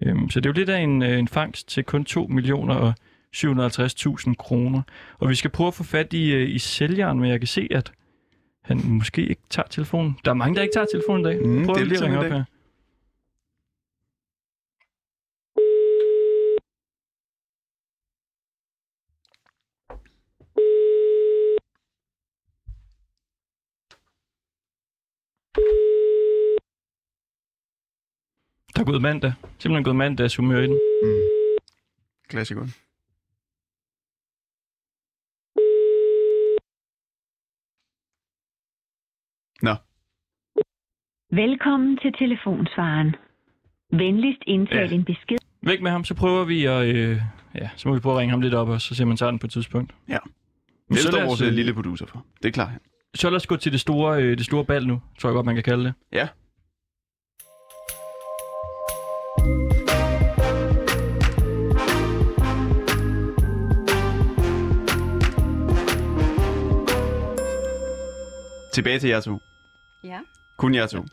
Øhm, så det er jo lidt af en, øh, en fangst til kun 2 millioner og 750.000 kroner. Og vi skal prøve at få fat i, øh, i sælgeren, men jeg kan se, at han måske ikke tager telefonen. Der er mange, der ikke tager telefonen i dag.
Mm,
Mm, Prøv
det er
lige
lidt
at ringe op
sådan i dag.
her. Der er gået mandag. Simpelthen gået mandags humør i den.
Mm. Klassikeren.
Velkommen til telefonsvaren. Venligst indtal
Ja.
ja. en besked.
Væk med ham, så prøver vi at... Øh, ja, så må vi prøve at ringe ham lidt op, og så ser man tager den på et tidspunkt.
Ja.
Men
Det
så,
står
lad
vores
os,
øh,
øh,
lille producer for. Det er klart. han.
så lad os gå til det store, øh, det store bal nu, tror jeg godt, man kan kalde det.
Ja. Tilbage til jer to.
Ja.
Kun jer to.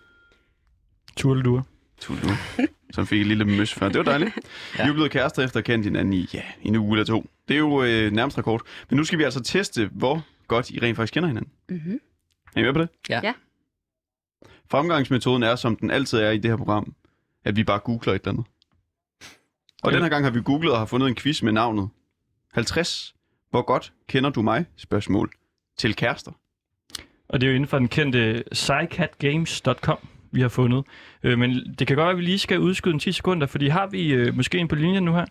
Turledur.
Tulu, som fik et lille møs før. Det var dejligt. ja.
Ja.
Vi er blevet kærester efter at have kendt hinanden i ja, en uge eller to. Det er jo øh, nærmest rekord. Men nu skal vi altså teste, hvor godt I rent faktisk kender hinanden.
Mm-hmm.
Er I med på det?
Ja.
Ja.
Fremgangsmetoden er, som den altid er i det her program, at vi bare googler et eller andet. Og
Ja.
den her gang har vi googlet og har fundet en quiz med navnet 50. Hvor godt kender du mig? Spørgsmål. Til kærester.
Og det er jo inden for den kendte psycatgames.com, vi har fundet. Øh, men det kan godt være, at vi lige skal udskyde en 10 sekunder, fordi har vi øh, måske en på linjen nu her?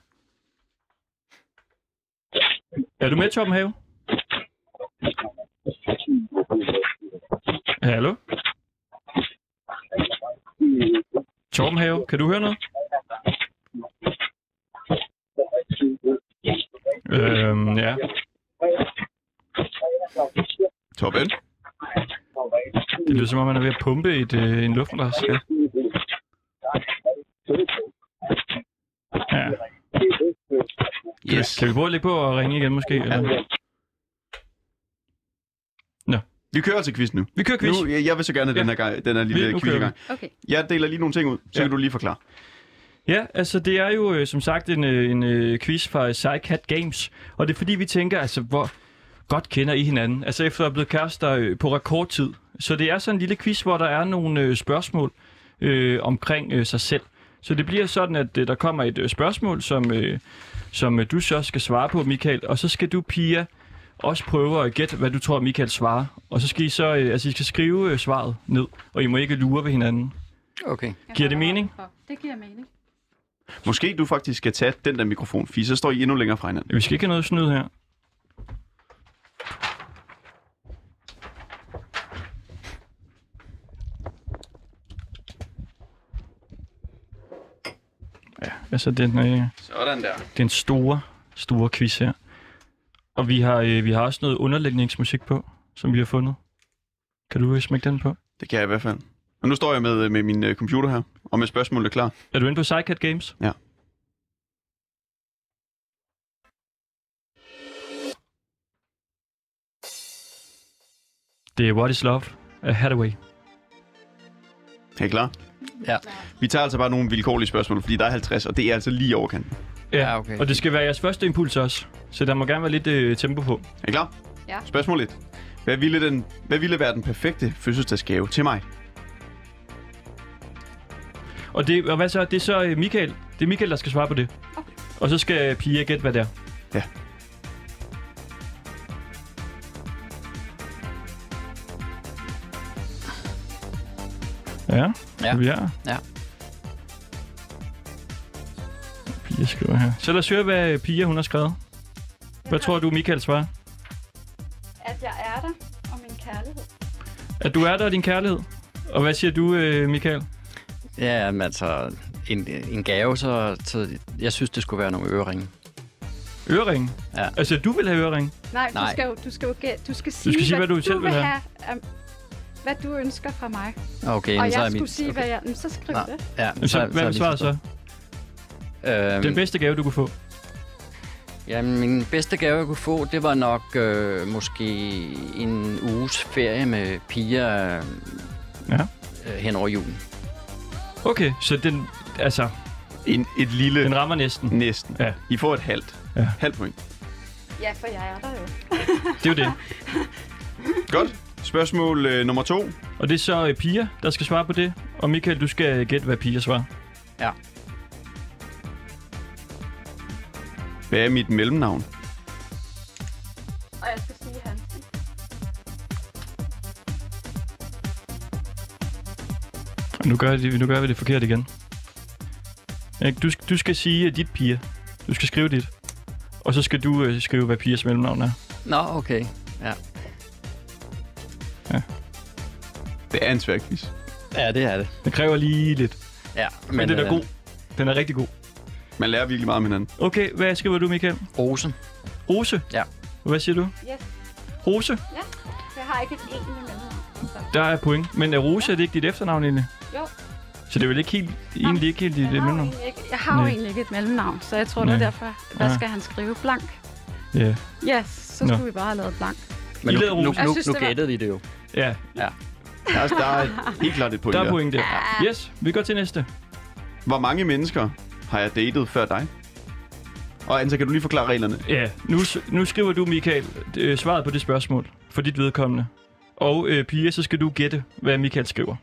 Er du med, Torben Have? Hallo? Torben Have, kan du høre noget? Øhm, ja.
Top end.
Det lyder som om, man er ved at pumpe et, øh, en luftmadras. Ja. ja.
Yes.
Kan vi prøve at lægge på og ringe igen måske? Eller?
Vi kører til quiz nu.
Vi kører quiz.
nu jeg, jeg vil så gerne have den her, gang, den her lille
Vi- nu
quiz i
kører
gang.
Okay.
Jeg deler lige nogle ting ud, så
Ja.
kan du lige forklare.
Ja, altså det er jo øh, som sagt en, øh, en øh, quiz fra Psycat Games, og det er fordi vi tænker, altså hvor godt kender I hinanden, altså efter at være blevet kærester øh, på rekordtid. Så det er sådan en lille quiz, hvor der er nogle øh, spørgsmål øh, omkring øh, sig selv. Så det bliver sådan, at øh, der kommer et øh, spørgsmål, som, øh, som øh, du så skal svare på, Michael, og så skal du, Pia, også prøve at gætte, hvad du tror, Michael svarer. Og så skal I så, øh, altså I skal skrive øh, svaret ned, og I må ikke lure ved hinanden.
Okay.
Giver det mening?
Det giver mening.
Måske du faktisk skal tage den der mikrofon, for så står I endnu længere fra hinanden.
Vi skal ikke have noget snyd her. Ja, altså den, øh, det
Sådan der.
er en store, store quiz her. Og vi har, øh, vi har også noget underlægningsmusik på, som vi har fundet. Kan du øh, smække den på?
Det kan jeg i hvert fald. Og nu står jeg med, med min øh, computer her, og med spørgsmålet klar.
Er du inde på Psycat Games?
Ja.
Det er What is Love af Hathaway.
Er I klar?
Ja.
Vi tager altså bare nogle vilkårlige spørgsmål, fordi der er 50, og det er altså lige i overkanten.
Ja, okay.
Og det skal være jeres første impuls også, så der må gerne være lidt øh, tempo på.
Er I klar?
Ja.
Spørgsmål 1. Hvad ville, den, hvad ville være den perfekte fødselsdagsgave til mig?
Og, det, og hvad så? Det er så øh, Michael. Det er Michael, der skal svare på det. Okay. Og så skal øh, Pia gætte, hvad det er.
Ja.
Ja,
Ja.
ja. vi er.
Ja.
Pia skriver her. Så lad os høre, hvad Pia hun har skrevet. Hvad tror du, Michael svarer?
At jeg er der, og min kærlighed.
At du er der og din kærlighed. Og hvad siger du, øh, Michael?
Ja, men altså, en, en gave, så, så jeg synes, det skulle være nogle øreringe.
Øring?
Ja.
Altså, du vil have øring?
Nej, du
Nej.
skal jo, du skal jo gæ- du skal sige,
sige, hvad du selv vil
vil
have.
have. Um, hvad du ønsker fra mig.
Okay,
og
men
jeg
så er
skulle
mit-
sige,
okay.
hvad jeg... Jamen, så skriv
Nej.
det.
Ja,
Jamen, så, hvad er svaret så?
Øhm,
Den bedste gave, du kunne få?
Ja, min bedste gave, jeg kunne få, det var nok øh, måske en uges ferie med piger øh,
Ja.
øh, hen over julen.
Okay, så den, altså,
En, et lille...
den rammer næsten.
Næsten.
Ja.
I får et halvt.
Ja.
Halvt point.
Ja, for jeg er der jo.
Det er jo det.
Godt. Spørgsmål øh, nummer to.
Og det er så øh, Pia, der skal svare på det. Og Michael, du skal gætte, hvad Pia svarer.
Ja.
Hvad er mit mellemnavn?
Og jeg skal sige han.
Nu gør, jeg det, nu gør vi det forkert igen. Ikke? Du, sk- du skal sige øh, dit Pia. Du skal skrive dit. Og så skal du øh, skrive, hvad Pias mellemnavn er.
Nå, okay. Ja,
Det er en svær quiz.
ja det er det.
Det kræver lige lidt.
Ja,
Men, men den er god. Den er rigtig god.
øh, Man lærer virkelig meget om hinanden.
Okay, hvad skriver du, Michael?
Rosen.
Rose?
Ja.
Hvad siger du?
Yes.
Rose?
Jeg har ikke et en med mellemnavn. altså.
Der er point. Men er Rose, er det ikke dit efternavn egentlig?
Jo.
Så det er vel ikke helt, egentlig ikke helt dit øh,
Jeg har, jo
mellemnavn?
egentlig ikke, jeg har jo
Nej.
egentlig ikke et mellemnavn, så jeg tror, det er
Nej.
derfor. Hvad
Ja.
skal han skrive? Blank?
Ja.
Yes, så
Nå.
skulle vi bare have lavet blank.
Men
I
nu,
lavede
nu, nu,
rosen.
Jeg
nu,
synes,
nu
det var-
gættede vi det jo.
Ja,
Der er, der er helt klart et point
der
der.
er point der. Yes, vi går til næste.
Hvor mange mennesker har jeg datet før dig? Og Anta, kan du lige forklare reglerne?
Ja, nu, s- nu skriver du, Michael, øh, svaret på det spørgsmål for dit vedkommende. Og øh, Pia, så skal du gætte, hvad Michael skriver.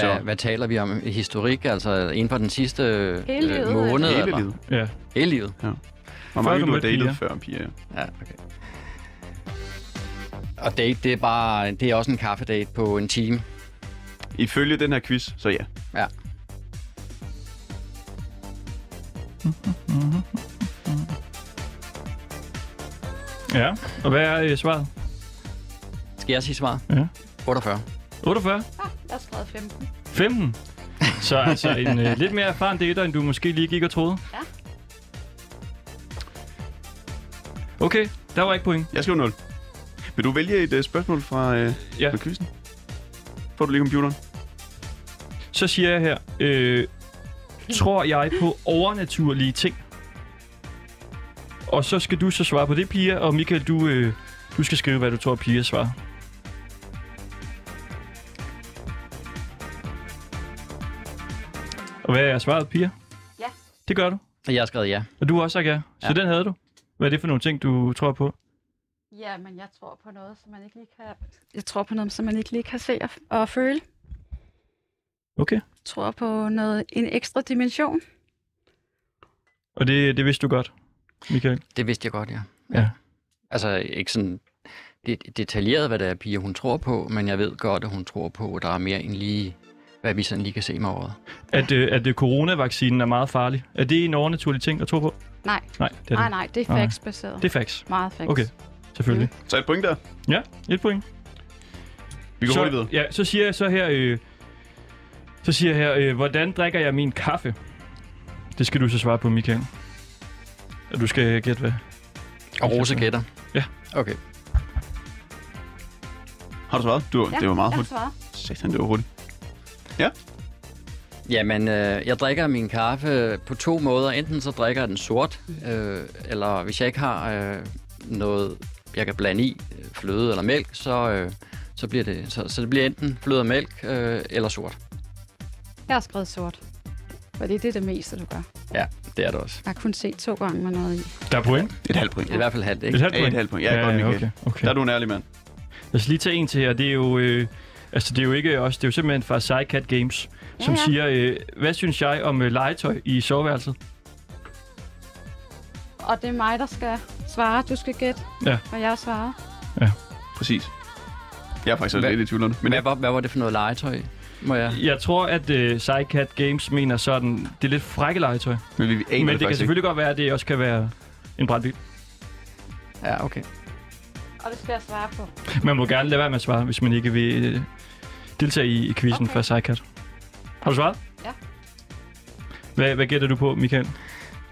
Hvad, hvad taler vi om i historik? Altså inden for den sidste øh,
Hele livet,
måned?
Hele
eller?
livet.
Ja.
Hele livet.
Hvor
Før
mange
du
du har
mødte
datet
Pia.
før, Pia?
Ja, okay. Og date, det er bare, det er også en kaffedate på en time.
Ifølge den her quiz, så ja.
Ja.
Ja, og hvad er øh, svaret?
Skal jeg sige svar?
Ja.
48.
48?
Ah, jeg har skrevet 15.
15? Så altså en øh, lidt mere erfaren dater, end du måske lige gik og troede.
Ja.
Okay, der var ikke point.
Jeg skriver 0. Vil du vælge et uh, spørgsmål fra, uh,
Ja.
ja. fra quizzen? Får du lige computeren?
Så siger jeg her, øh, tror jeg på overnaturlige ting? Og så skal du så svare på det, Pia, og Michael, du, øh, du skal skrive, hvad du tror, Pia svarer. Og hvad er svaret, Pia?
Ja.
Det gør du.
Jeg har skrevet ja.
Og du har også sagt ja. Så
Ja.
den havde du. Hvad er det for nogle ting, du tror på?
Ja, men jeg tror på noget, som man ikke lige kan... Jeg tror på noget, som man ikke lige kan se og, og føle.
Okay.
Jeg tror på noget, en ekstra dimension.
Og det, det vidste du godt, Michael.
Det vidste jeg godt, ja.
Ja.
Altså ikke sådan det, detaljeret, hvad det er, Pia, hun tror på, men jeg ved godt, at hun tror på, at der er mere end lige, hvad vi sådan lige kan se med året.
At, øh, at øh, coronavaccinen er meget farlig. Er det en overnaturlig ting at tro på?
Nej,
Nej, det er
nej,
det.
nej, det er
Nej.
factsbaseret.
Det er facts.
Meget facts.
Okay, selvfølgelig.
Så et point der.
Ja, et point.
Vi går
så,
hurtigt videre.
Ja, så siger jeg så her... Øh, så siger jeg her, øh, hvordan drikker jeg min kaffe? Det skal du så svare på, Michael. Og du skal gætte, hvad?
Og Rose gætter.
Ja.
Okay.
Har du svaret? Du, ja, det var meget
jeg
hurtigt.
svarer.
Satan, det var hurtigt.
Jamen, øh, jeg drikker min kaffe på to måder. Enten så drikker jeg den sort, øh, eller hvis jeg ikke har øh, noget, jeg kan blande i, øh, fløde eller mælk, så, øh, så, bliver det, så, så det bliver enten fløde og mælk øh, eller sort.
Jeg har skrevet sort. Fordi det er det meste, du gør.
Ja, det er det også.
Jeg har kun set to gange med noget i.
Der er point.
Et halvt point.
I hvert fald halvt,
Et
ikke?
halvt
Ja,
point.
et halvt point. Ja, godt, Michael.
okay, okay.
Der er du en ærlig mand.
Lad os lige tage en til her. Det er jo, øh, altså, det er jo ikke os, det er jo simpelthen fra Psycat Games, som
ja.
siger, øh, hvad synes jeg om øh, legetøj i soveværelset?
Og det er mig, der skal svare. Du skal gætte,
Ja.
og jeg svarer.
Præcis. Jeg er faktisk også
Hvad-
lidt i tvivl om det. Men
Hvad,
jeg,
var, hvad var det for noget legetøj? Må jeg?
Jeg tror, at øh, Psycat Games mener sådan, det er lidt frække legetøj.
men vi aner det,
Men det kan
faktisk ikke.
selvfølgelig godt være, at det også kan være en brandbil.
Ja, okay.
Og det skal jeg svare på.
Man må gerne lade være med at svare, hvis man ikke vil øh, deltage i, i quizzen
Okay.
okay. fra Psycat. Har du svaret?
Ja.
Hvad, hvad gætter du på, Michael?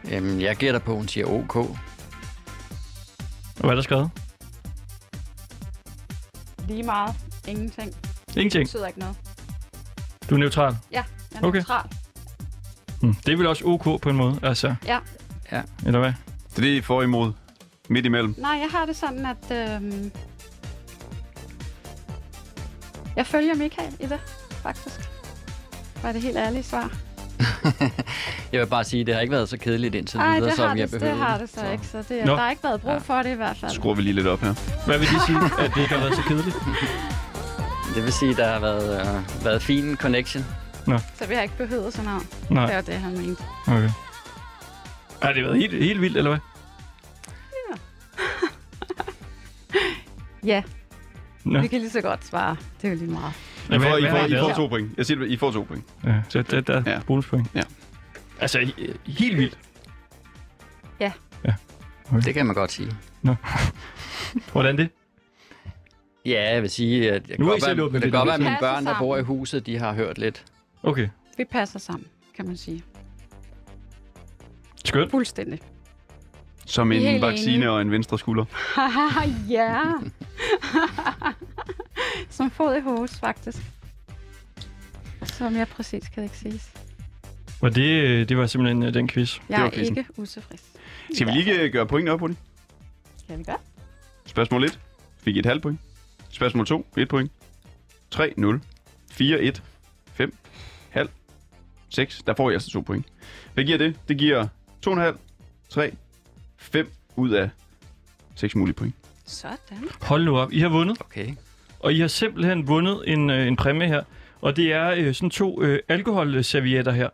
Jamen, Øhm, jeg gætter på, at hun siger OK.
Og hvad er der skrevet?
Lige meget. Ingenting. Det
Ingenting.
betyder ikke noget.
Du er neutral.
Ja, jeg er
Okay.
neutral.
Mm. Det er vel også ok på en måde, altså.
Ja.
Eller hvad?
Det er det, I får imod. Midt imellem.
Nej, jeg har det sådan, at... Øh... Jeg følger Michael i det, faktisk. Var det helt ærlige svar?
Jeg vil bare sige, at det har ikke været så kedeligt indtil
Nej,
videre,
det,
som
har
jeg
det, det
behøvede.
har det så, ikke, så det,
Nå.
der har ikke været brug for det i hvert fald.
Skruer vi lige lidt op her.
Hvad vil det sige, at det ikke har været så kedeligt?
Det vil sige, at der har været, øh, været fin connection.
Så vi har ikke behøvet sådan noget.
Nej.
Det var det, han mente.
Okay. Har det været helt, helt vildt, eller hvad?
Ja,
Nå.
vi kan lige så godt svare. Det er jo lige meget.
I
Hvad-
får, I
hvad har
får, I
lavet?
får to point. Jeg siger det, I får to point.
Ja, så det, der er
Ja.
bonuspoint.
Ja.
Altså, he- helt vildt.
Det kan man godt sige.
Hvordan det?
Ja, jeg vil sige, at jeg kan
Nu er I
godt
selv
være,
åbne
det
lidt
kan godt
op.
være, at mine
Passer
børn, der
sammen.
bor i huset, de har hørt lidt.
Okay.
Vi passer sammen, kan man sige.
Skønt.
Fuldstændig.
Som
Vi er
en
helt
vaccine
enige.
og en venstre skulder.
Haha, ja. Som fod i hos, faktisk. Som jeg præcis kan ikke siges.
Og det, øh, det var simpelthen øh, den quiz.
Jeg
var
er
quizzen.
ikke utilfreds.
Skal vi lige øh, gøre pointene op på det?
Kan vi godt?
Spørgsmål 1 fik I et halvt point. Spørgsmål 2, 1 point. 3, 0. 4, 1. 5, halv. 6, der får jeg altså 2 point. Hvad giver det? Det giver 2,5, 3, 5 ud af 6 mulige point.
Sådan.
Hold nu op. I har vundet,
Okay.
og I har simpelthen vundet en, øh, en præmie her. Og det er øh, sådan to øh, alkoholservietter her.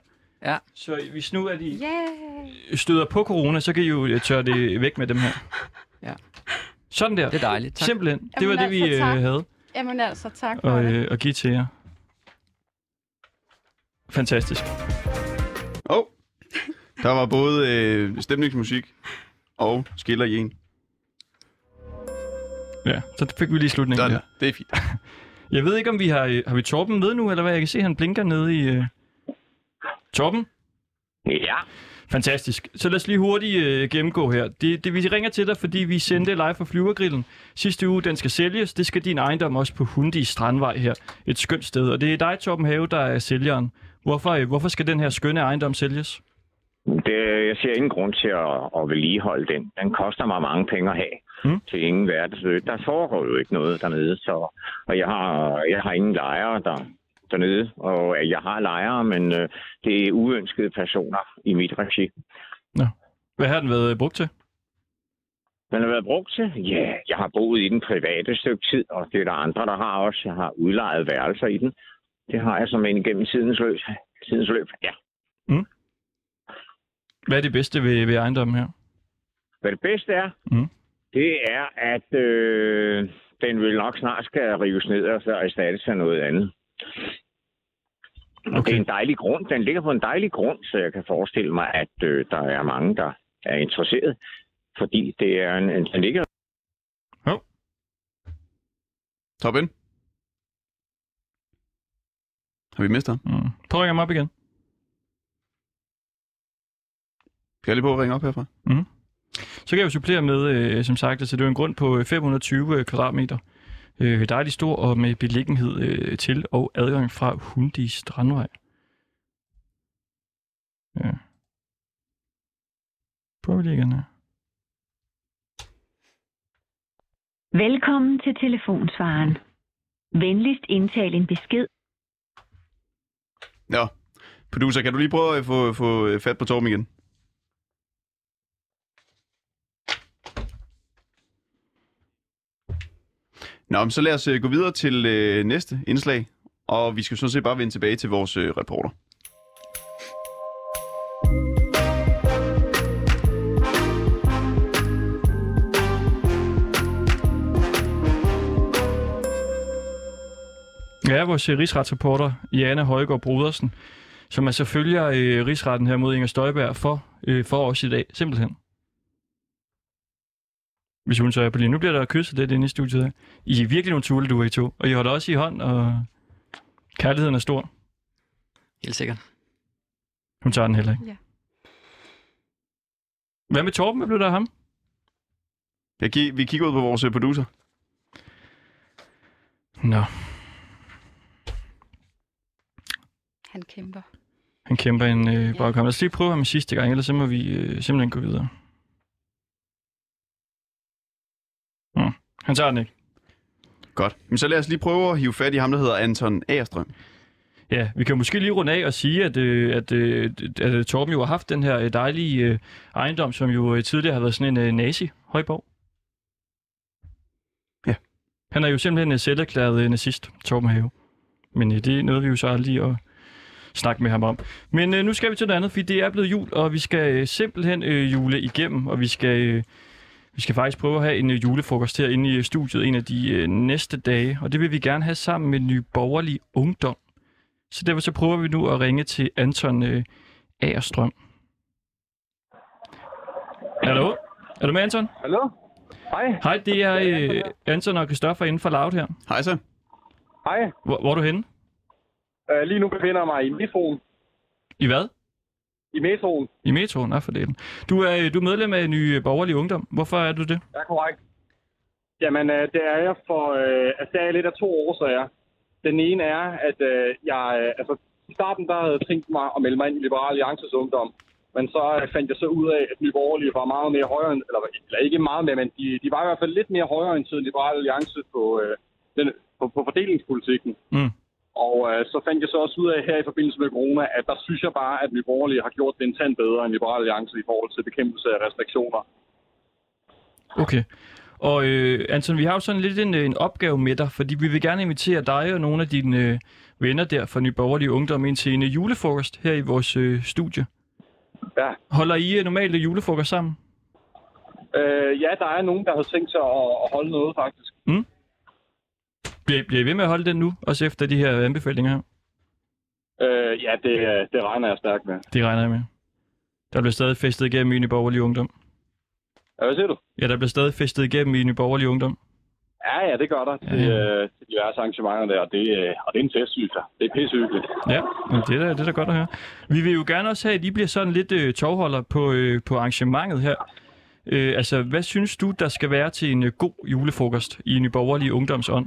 Ja.
Så hvis nu at I
Yeah.
støder på corona, så kan I jo øh, tørre det væk med dem her.
Ja.
Sådan der.
Det er dejligt. Tak.
Simpelthen. Det var
Jamen
det, vi
altså,
øh,
tak.
havde
Jamen altså, tak for
at,
det.
øh, at give til jer. Fantastisk.
Åh, oh, der var både øh, stemningsmusik og skiller i en.
Ja, så fik vi lige slutningen
Sådan,
der.
ja. det er fint.
Jeg ved ikke, om vi har... øh, Har vi Torben med nu, eller hvad? Jeg kan se, han blinker nede i... Øh... Torben?
Ja.
Fantastisk. Så lad os lige hurtigt øh, gennemgå her. Det, det, vi ringer til dig, fordi vi sendte live fra Flyvergrillen sidste uge. Den skal sælges. Det skal din ejendom også på Hundi Strandvej her. Et skønt sted. Og det er dig, Torben Have, der er sælgeren. Hvorfor, øh, hvorfor skal den her skønne ejendom sælges?
Det, jeg ser ingen grund til at, at vedligeholde den. Den koster mig mange penge at have
Mm.
mm. til ingen hverdagsnytte. Der foregår jo ikke noget dernede, så, og jeg har, jeg har ingen lejere der, dernede. Og jeg har lejere, men øh, det er uønskede personer i mit regi.
Hvad har den været øh, brugt til?
Den har været brugt til? Ja, jeg har boet i den private stykke tid, og det er der andre, der har også. Jeg har udlejet værelser i den. Det har jeg som en gennem tidens løb. Tidens løb. Ja,
Hvad er det bedste ved, ved ejendommen her?
Hvad det bedste er,
Mm.
mm. det er, at øh, den vil nok snart skal rives ned og så erstattes af noget andet. Okay. Og det er en dejlig grund. Den ligger på en dejlig grund, så jeg kan forestille mig, at øh, der er mange, der er interesseret. Fordi det er en, en den ligger...
Top ind. Har vi mistet ham?
Mm. Prøv at ringe ham op igen.
Skal jeg lige på at ringe op herfra?
Mhm. Så kan jeg jo supplere med, øh, som sagt, altså det er jo en grund på øh, 520 kvadratmeter. Øh, dejlig stor og med beliggenhed øh, til og adgang fra Hundi Strandvej. Ja. Prøv lige igen her.
Velkommen til telefonsvaren. Venligst indtal en besked.
Nå, producer, kan du lige prøve at få, få øh, fat på Torben igen? Nå, men så lad os øh, gå videre til øh, næste indslag, og vi skal sådan set bare vende tilbage til vores øh, reporter.
Ja, vores øh, rigsretsreporter Jana Højgaard Brodersen, som altså følger øh, rigsretten her mod Inger Støjberg for, øh, for os i dag, simpelthen. Hvis hun så er på lige. Nu bliver der kysset lidt inde i studiet her. I er virkelig nogle tulle, du er i to. Og I holder også i hånd, og kærligheden er stor.
Helt sikkert.
Hun tager den heller ikke.
Ja.
Hvad med Torben? Hvad blev der af ham?
Jeg gi- vi kigger ud på vores øh, producer.
Nå,
Han kæmper.
han kæmper en øh, bra kamp. Lad os lige prøve ham sidste gang, ellers så må vi øh, simpelthen gå videre. Mm. Han tager den ikke.
Godt. Men så lad os lige prøve at hive fat i ham, der hedder Anton Agerstrøm.
Ja, vi kan måske lige runde af og sige, at, øh, at, øh, at, at Torben jo har haft den her øh, dejlige øh, ejendom, som jo øh, tidligere har været sådan en øh, nazi-højborg.
Ja.
Han er jo simpelthen øh, selv erklæret øh, nazist, Torben Have. Men øh, det er noget, vi jo så lige at snakke med ham om. Men øh, nu skal vi til noget andet, fordi det er blevet jul, og vi skal øh, simpelthen øh, jule igennem, og vi skal... Øh, vi skal faktisk prøve at have en øh, julefrokost herinde i studiet en af de øh, næste dage, og det vil vi gerne have sammen med Nye Borgerlige Ungdom. Så derfor så prøver vi nu at ringe til Anton øh, Agerstrøm. Hallo? Er du med, Anton?
Hallo? Hej.
Hej, det er øh, Anton og Kristoffer inden for Loud her.
Hej så.
Hej.
Hvor, hvor er du henne?
Øh, lige nu befinder jeg mig i metroen.
I hvad?
I metroen.
I metroen, af fordelen. Du er, øh, du er medlem af Nye Borgerlige Ungdom. Hvorfor er du det?
Ja, korrekt. Jamen, øh, det er jeg for... Øh, altså, det er jeg lidt af to årsager. Den ene er, at øh, jeg... Øh, altså, i starten, der havde jeg tænkt mig at melde mig ind i Liberal Alliances Ungdom. Men så øh, fandt jeg så ud af, at Nye Borgerlige var meget mere højre... Eller, eller ikke meget mere, men de, de var i hvert fald lidt mere højreorienterede end Liberal Alliance på, øh, den, på, på fordelingspolitikken.
Mm.
Og øh, så fandt jeg så også ud af her i forbindelse med corona, at der synes jeg bare, at Nye Borgerlige har gjort det en tand bedre end Liberal Alliance i forhold til bekæmpelse af restriktioner.
Okay. Og øh, Anton, vi har jo sådan lidt en, øh, en opgave med dig, fordi vi vil gerne invitere dig og nogle af dine øh, venner der fra Nye Borgerlige Ungdom ind til en øh, julefrokost her i vores øh, studie.
Ja,
Holder I øh, normalt øh, julefrokost sammen?
øh, ja der er nogen, der har tænkt sig at, at holde noget faktisk.
Bliver, bliver I ved med at holde den nu, også efter de her anbefalinger her?
Øh, ja, det, øh, det regner jeg stærkt med.
Det regner jeg med. Der bliver stadig festet igennem i Nye Borgerlige Ungdom.
Ja, hvad siger du?
Ja, der bliver stadig festet igennem i Nye Borgerlige Ungdom.
Ja, ja, det gør der til,
Ja,
øh, til diverse arrangementer der, og det, øh, og det er en festsyn, Det er pissehyggeligt.
Ja, men det er da, det er da godt at høre. Vi vil jo gerne også have, at I bliver sådan lidt øh, tovholder på, øh, på arrangementet her. Øh, altså, hvad synes du, der skal være til en øh, god julefrokost i Nye Borgerlige Ungdomsånd?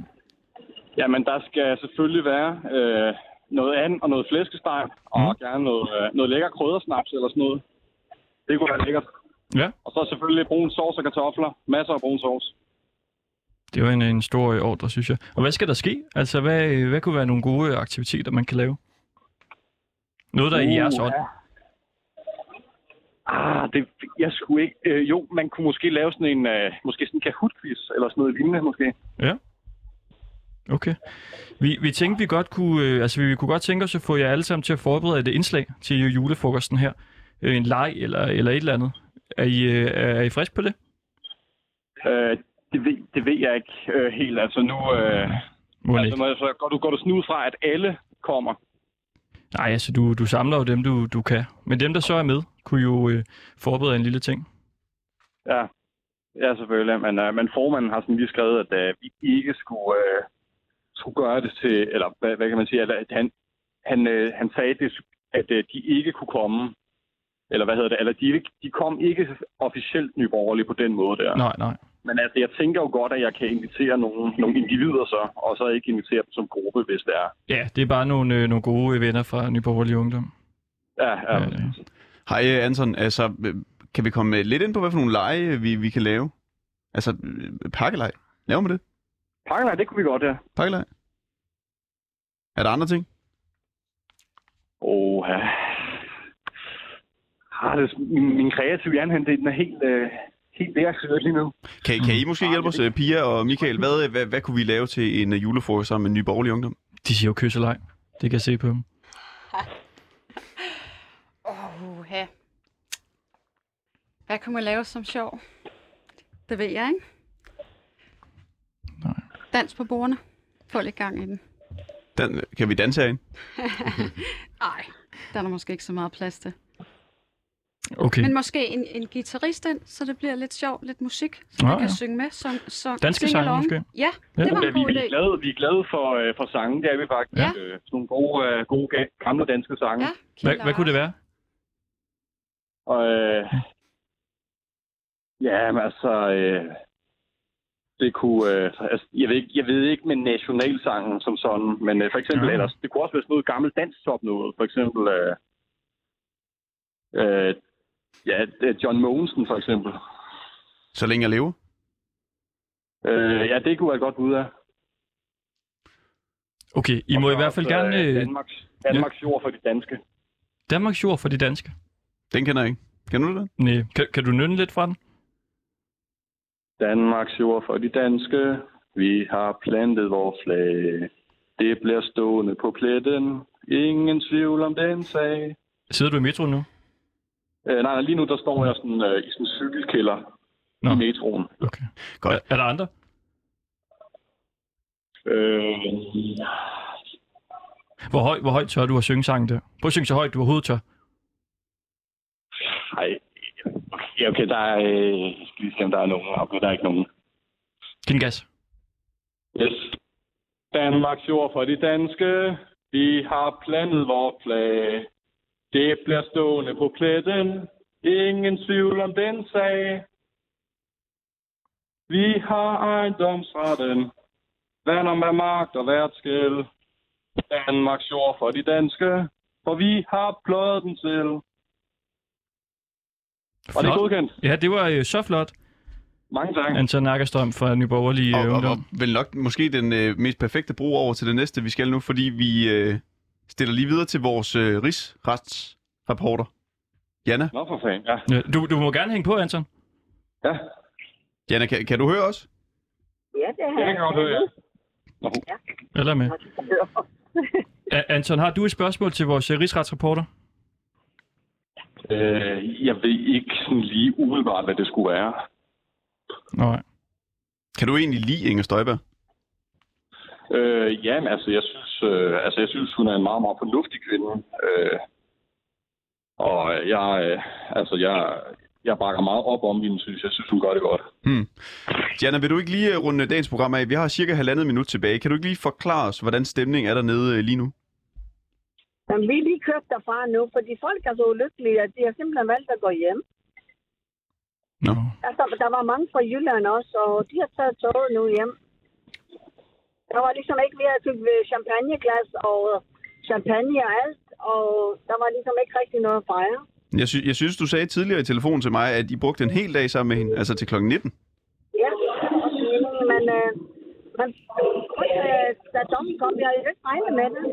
Jamen, der skal selvfølgelig være øh, noget and og noget flæskesteg, og
Mhm.
gerne noget, øh, noget lækker kryddersnaps eller sådan noget. Det kunne være lækkert.
Ja.
Og så selvfølgelig brun sovs og kartofler. Masser af brun sovs.
Det var en, en stor øh, ordre, synes jeg. Og hvad skal der ske? Altså, hvad, øh, hvad kunne være nogle gode øh, aktiviteter, man kan lave? Noget, der
Uh,
er i jeres ånd.
ja. Ah, det, jeg skulle ikke... Øh, jo, man kunne måske lave sådan en... Øh, måske sådan en kahoot-quiz, eller sådan noget lignende, måske.
Okay. Vi, vi tænkte, vi godt kunne, øh, altså, vi kunne godt tænke os at få jer alle sammen til at forberede et indslag til julefrokosten her. Øh, en leg eller, eller et eller andet. Er I, øh, er I frisk på det?
Øh, det, ved, det ved jeg ikke øh, helt. Altså nu... Øh,
Må
altså, når jeg, så går, du, går du sådan ud fra, at alle kommer.
Nej, altså du, du samler jo dem, du, du kan. Men dem, der så er med, kunne jo øh, forberede en lille ting.
Ja, ja selvfølgelig. Men, øh, men formanden har sådan lige skrevet, at øh, vi ikke skulle, øh, skulle gøre det til... Eller hvad, hvad kan man sige? Eller, at han, han, øh, han sagde, det, at øh, de ikke kunne komme. Eller hvad hedder det? Eller de, ikke- de kom ikke officielt nyborgerlige på den måde der.
Ja. Nej, nej.
Men altså, jeg tænker jo godt, at jeg kan invitere nogle, nogle individer så, og så ikke invitere dem som gruppe, hvis det er.
Ja, det er bare nogle, øh, nogle gode venner fra Nyborgerlige Ungdom.
Ja, ja.
Ja,
ja.
ja.
Hej øh, Anton, altså øh, kan vi komme øh, lidt ind på, hvad for nogle lege øh, vi, vi kan lave? Altså øh, pakkelej. Laver man det?
Pakkelej, det kunne vi godt, ja.
Pakkelej? Er der andre ting?
Åh, ja. Ah, det, er- min, min kreative hjerne, han, den er helt, øh, helt værksøget lige nu.
Kan, kan
Mm.
I måske hjælpe os, øh, Pia og Michael? Hvad, øh, hvad, hvad kunne vi lave til en øh, julefrokost sammen med Nye Borgerlige Ungdom?
De siger jo kysselej. Det kan jeg se på dem.
Åh, oh, Hvad kan man lave som sjov? Det ved jeg, ikke?
Nej.
Dans på bordene. Få lidt gang i den.
Den, øh, kan vi danse herinde?
Nej, der er der måske ikke så meget plads til.
Okay.
Men måske en, en guitarist ind, så det bliver lidt sjov, lidt musik, så
Nå,
man kan
ja.
synge med. Som, som,
Danske
sing
sange
along.
måske.
Ja,
Ja.
det var
Ja,
en
vi,
god
vi, er
idé.
glade, vi er glade for, øh, for sange, det er vi faktisk.
Ja.
Øh, sådan nogle gode, øh, gode ga- gamle danske sange.
Ja,
Hvad, hvad kunne det være?
Og, øh, ja, men altså... Øh, det kunne... Øh, altså, jeg, ved ikke, jeg ved ikke med nationalsangen som sådan, men øh, for eksempel ja. ellers... Det kunne også være sådan noget gammelt dansk top noget. For eksempel... Øh, øh, ja, øh, John Mogensen for eksempel.
Så længe jeg lever.
Øh, ja, det kunne være et godt bud af.
Okay, I må i hvert fald gerne...
Øh,
Øh,
Danmarks, Danmarks jord for de danske.
Danmarks jord for de danske.
Den kender jeg ikke. Kender du den?
Nej. Kan, kan du nynne lidt fra den?
Danmarks jord for de danske. Vi har plantet vores flag. Det bliver stående på pletten. Ingen tvivl om den sag.
Sidder du i metroen nu?
Øh, nej, nej, lige nu der står jeg sådan, øh, i sådan en cykelkælder Nå. i metroen.
Okay.
Godt. Er,
er der andre?
Øh,
Hvor, høj, hvor højt tør du at synge sangen der? Prøv at synge så højt, du overhovedet tør.
nej. Ja, okay, der er... Øh, jeg skal lige se, om der er nogen. Okay, der er ikke nogen.
Giv den gas.
Yes. Danmarks jord for de danske. Vi har plantet vores flag. Det bliver stående på pletten. Ingen tvivl om den sag. Vi har ejendomsretten. Vander med magt og værtskæld. Danmarks jord for de danske. For vi har pløjet den til. Var det
Flot.
godkendt?
Ja, det var øh, så flot.
Mange tak.
Anton Nakkerstrøm fra Nyborgerlige
Og,
og,
og, og
øh, Ungdom.
vel nok måske den øh, mest perfekte bro over til det næste, vi skal nu, fordi vi øh, stiller lige videre til vores øh, rigsretsrapporter. Jana?
Nå for fanden, ja.
Ja, du, du må gerne hænge på, Anton.
Ja.
Jana, kan, kan du høre os?
Ja, det har
Jeg kan godt høre jer.
Eller med. A- Anton, har du et spørgsmål til vores øh, rigsretsreporter?
Øh, jeg ved ikke sådan lige umiddelbart, hvad det skulle være.
Nej.
Kan du egentlig lide Inger Støjberg?
Øh, jamen, altså jeg, synes, øh, altså, jeg synes, hun er en meget, meget fornuftig kvinde. Øh, og jeg, øh, altså, jeg, jeg bakker meget op om hende, synes jeg. synes, hun gør det godt.
Hmm. Jana, vil du ikke lige øh, runde dagens program af? Vi har cirka halvandet minut tilbage. Kan du ikke lige forklare os, hvordan stemningen er dernede øh, lige nu?
Jamen, vi er lige kørt derfra nu, fordi folk er så ulykkelige, at de har simpelthen valgt at gå hjem.
Nå.
Altså, der var mange fra Jylland også, og de har taget toget nu hjem. Der var ligesom ikke ved at tykke ved champagneglas og champagne og alt, og der var ligesom ikke rigtig noget at fejre.
Jeg, sy- jeg synes, du sagde tidligere i telefonen til mig, at I brugte en hel dag sammen med hende, altså til klokken 19.
Ja, men, øh, men øh, da dommen kom, jeg havde ikke regnet med det.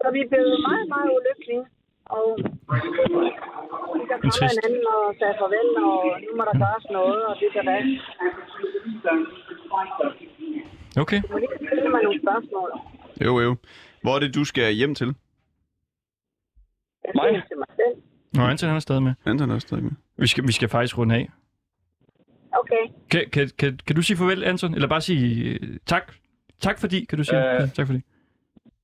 Så vi blev meget, meget ulykkelige. Og der kom
trist.
en anden og sagde farvel, og nu må der gøres noget, og det der da.
Okay.
Må lige stille mig nogle spørgsmål.
Jo, jo. Hvor er det, du skal hjem til?
Jeg siger til mig selv.
Nå, Anton han er stadig med.
Anton er stadig med.
Vi skal, vi skal faktisk runde af.
Okay.
Kan, kan, kan, kan du sige farvel, Anton? Eller bare sige øh, tak? Tak fordi, kan du sige?
Øh.
Øh... Tak fordi.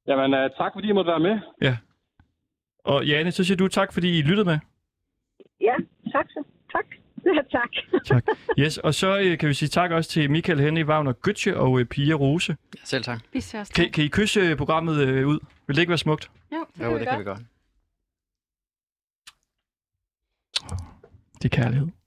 Jamen, øh, tak fordi I måtte være med.
Ja. Og Jane, så siger du tak, fordi I lyttede med.
Ja, tak. så- Tak. Ja, tak.
Tak. Yes, og så øh, kan vi sige tak også til Michael Henry Wagner Gøtje og øh, Pia Rose.
Ja, selv tak.
Vi ser os
Kan, kan I kysse øh, programmet øh, ud? Vil det ikke være smukt?
Jo, det,
Jo, det kan vi godt.
Det er kærlighed.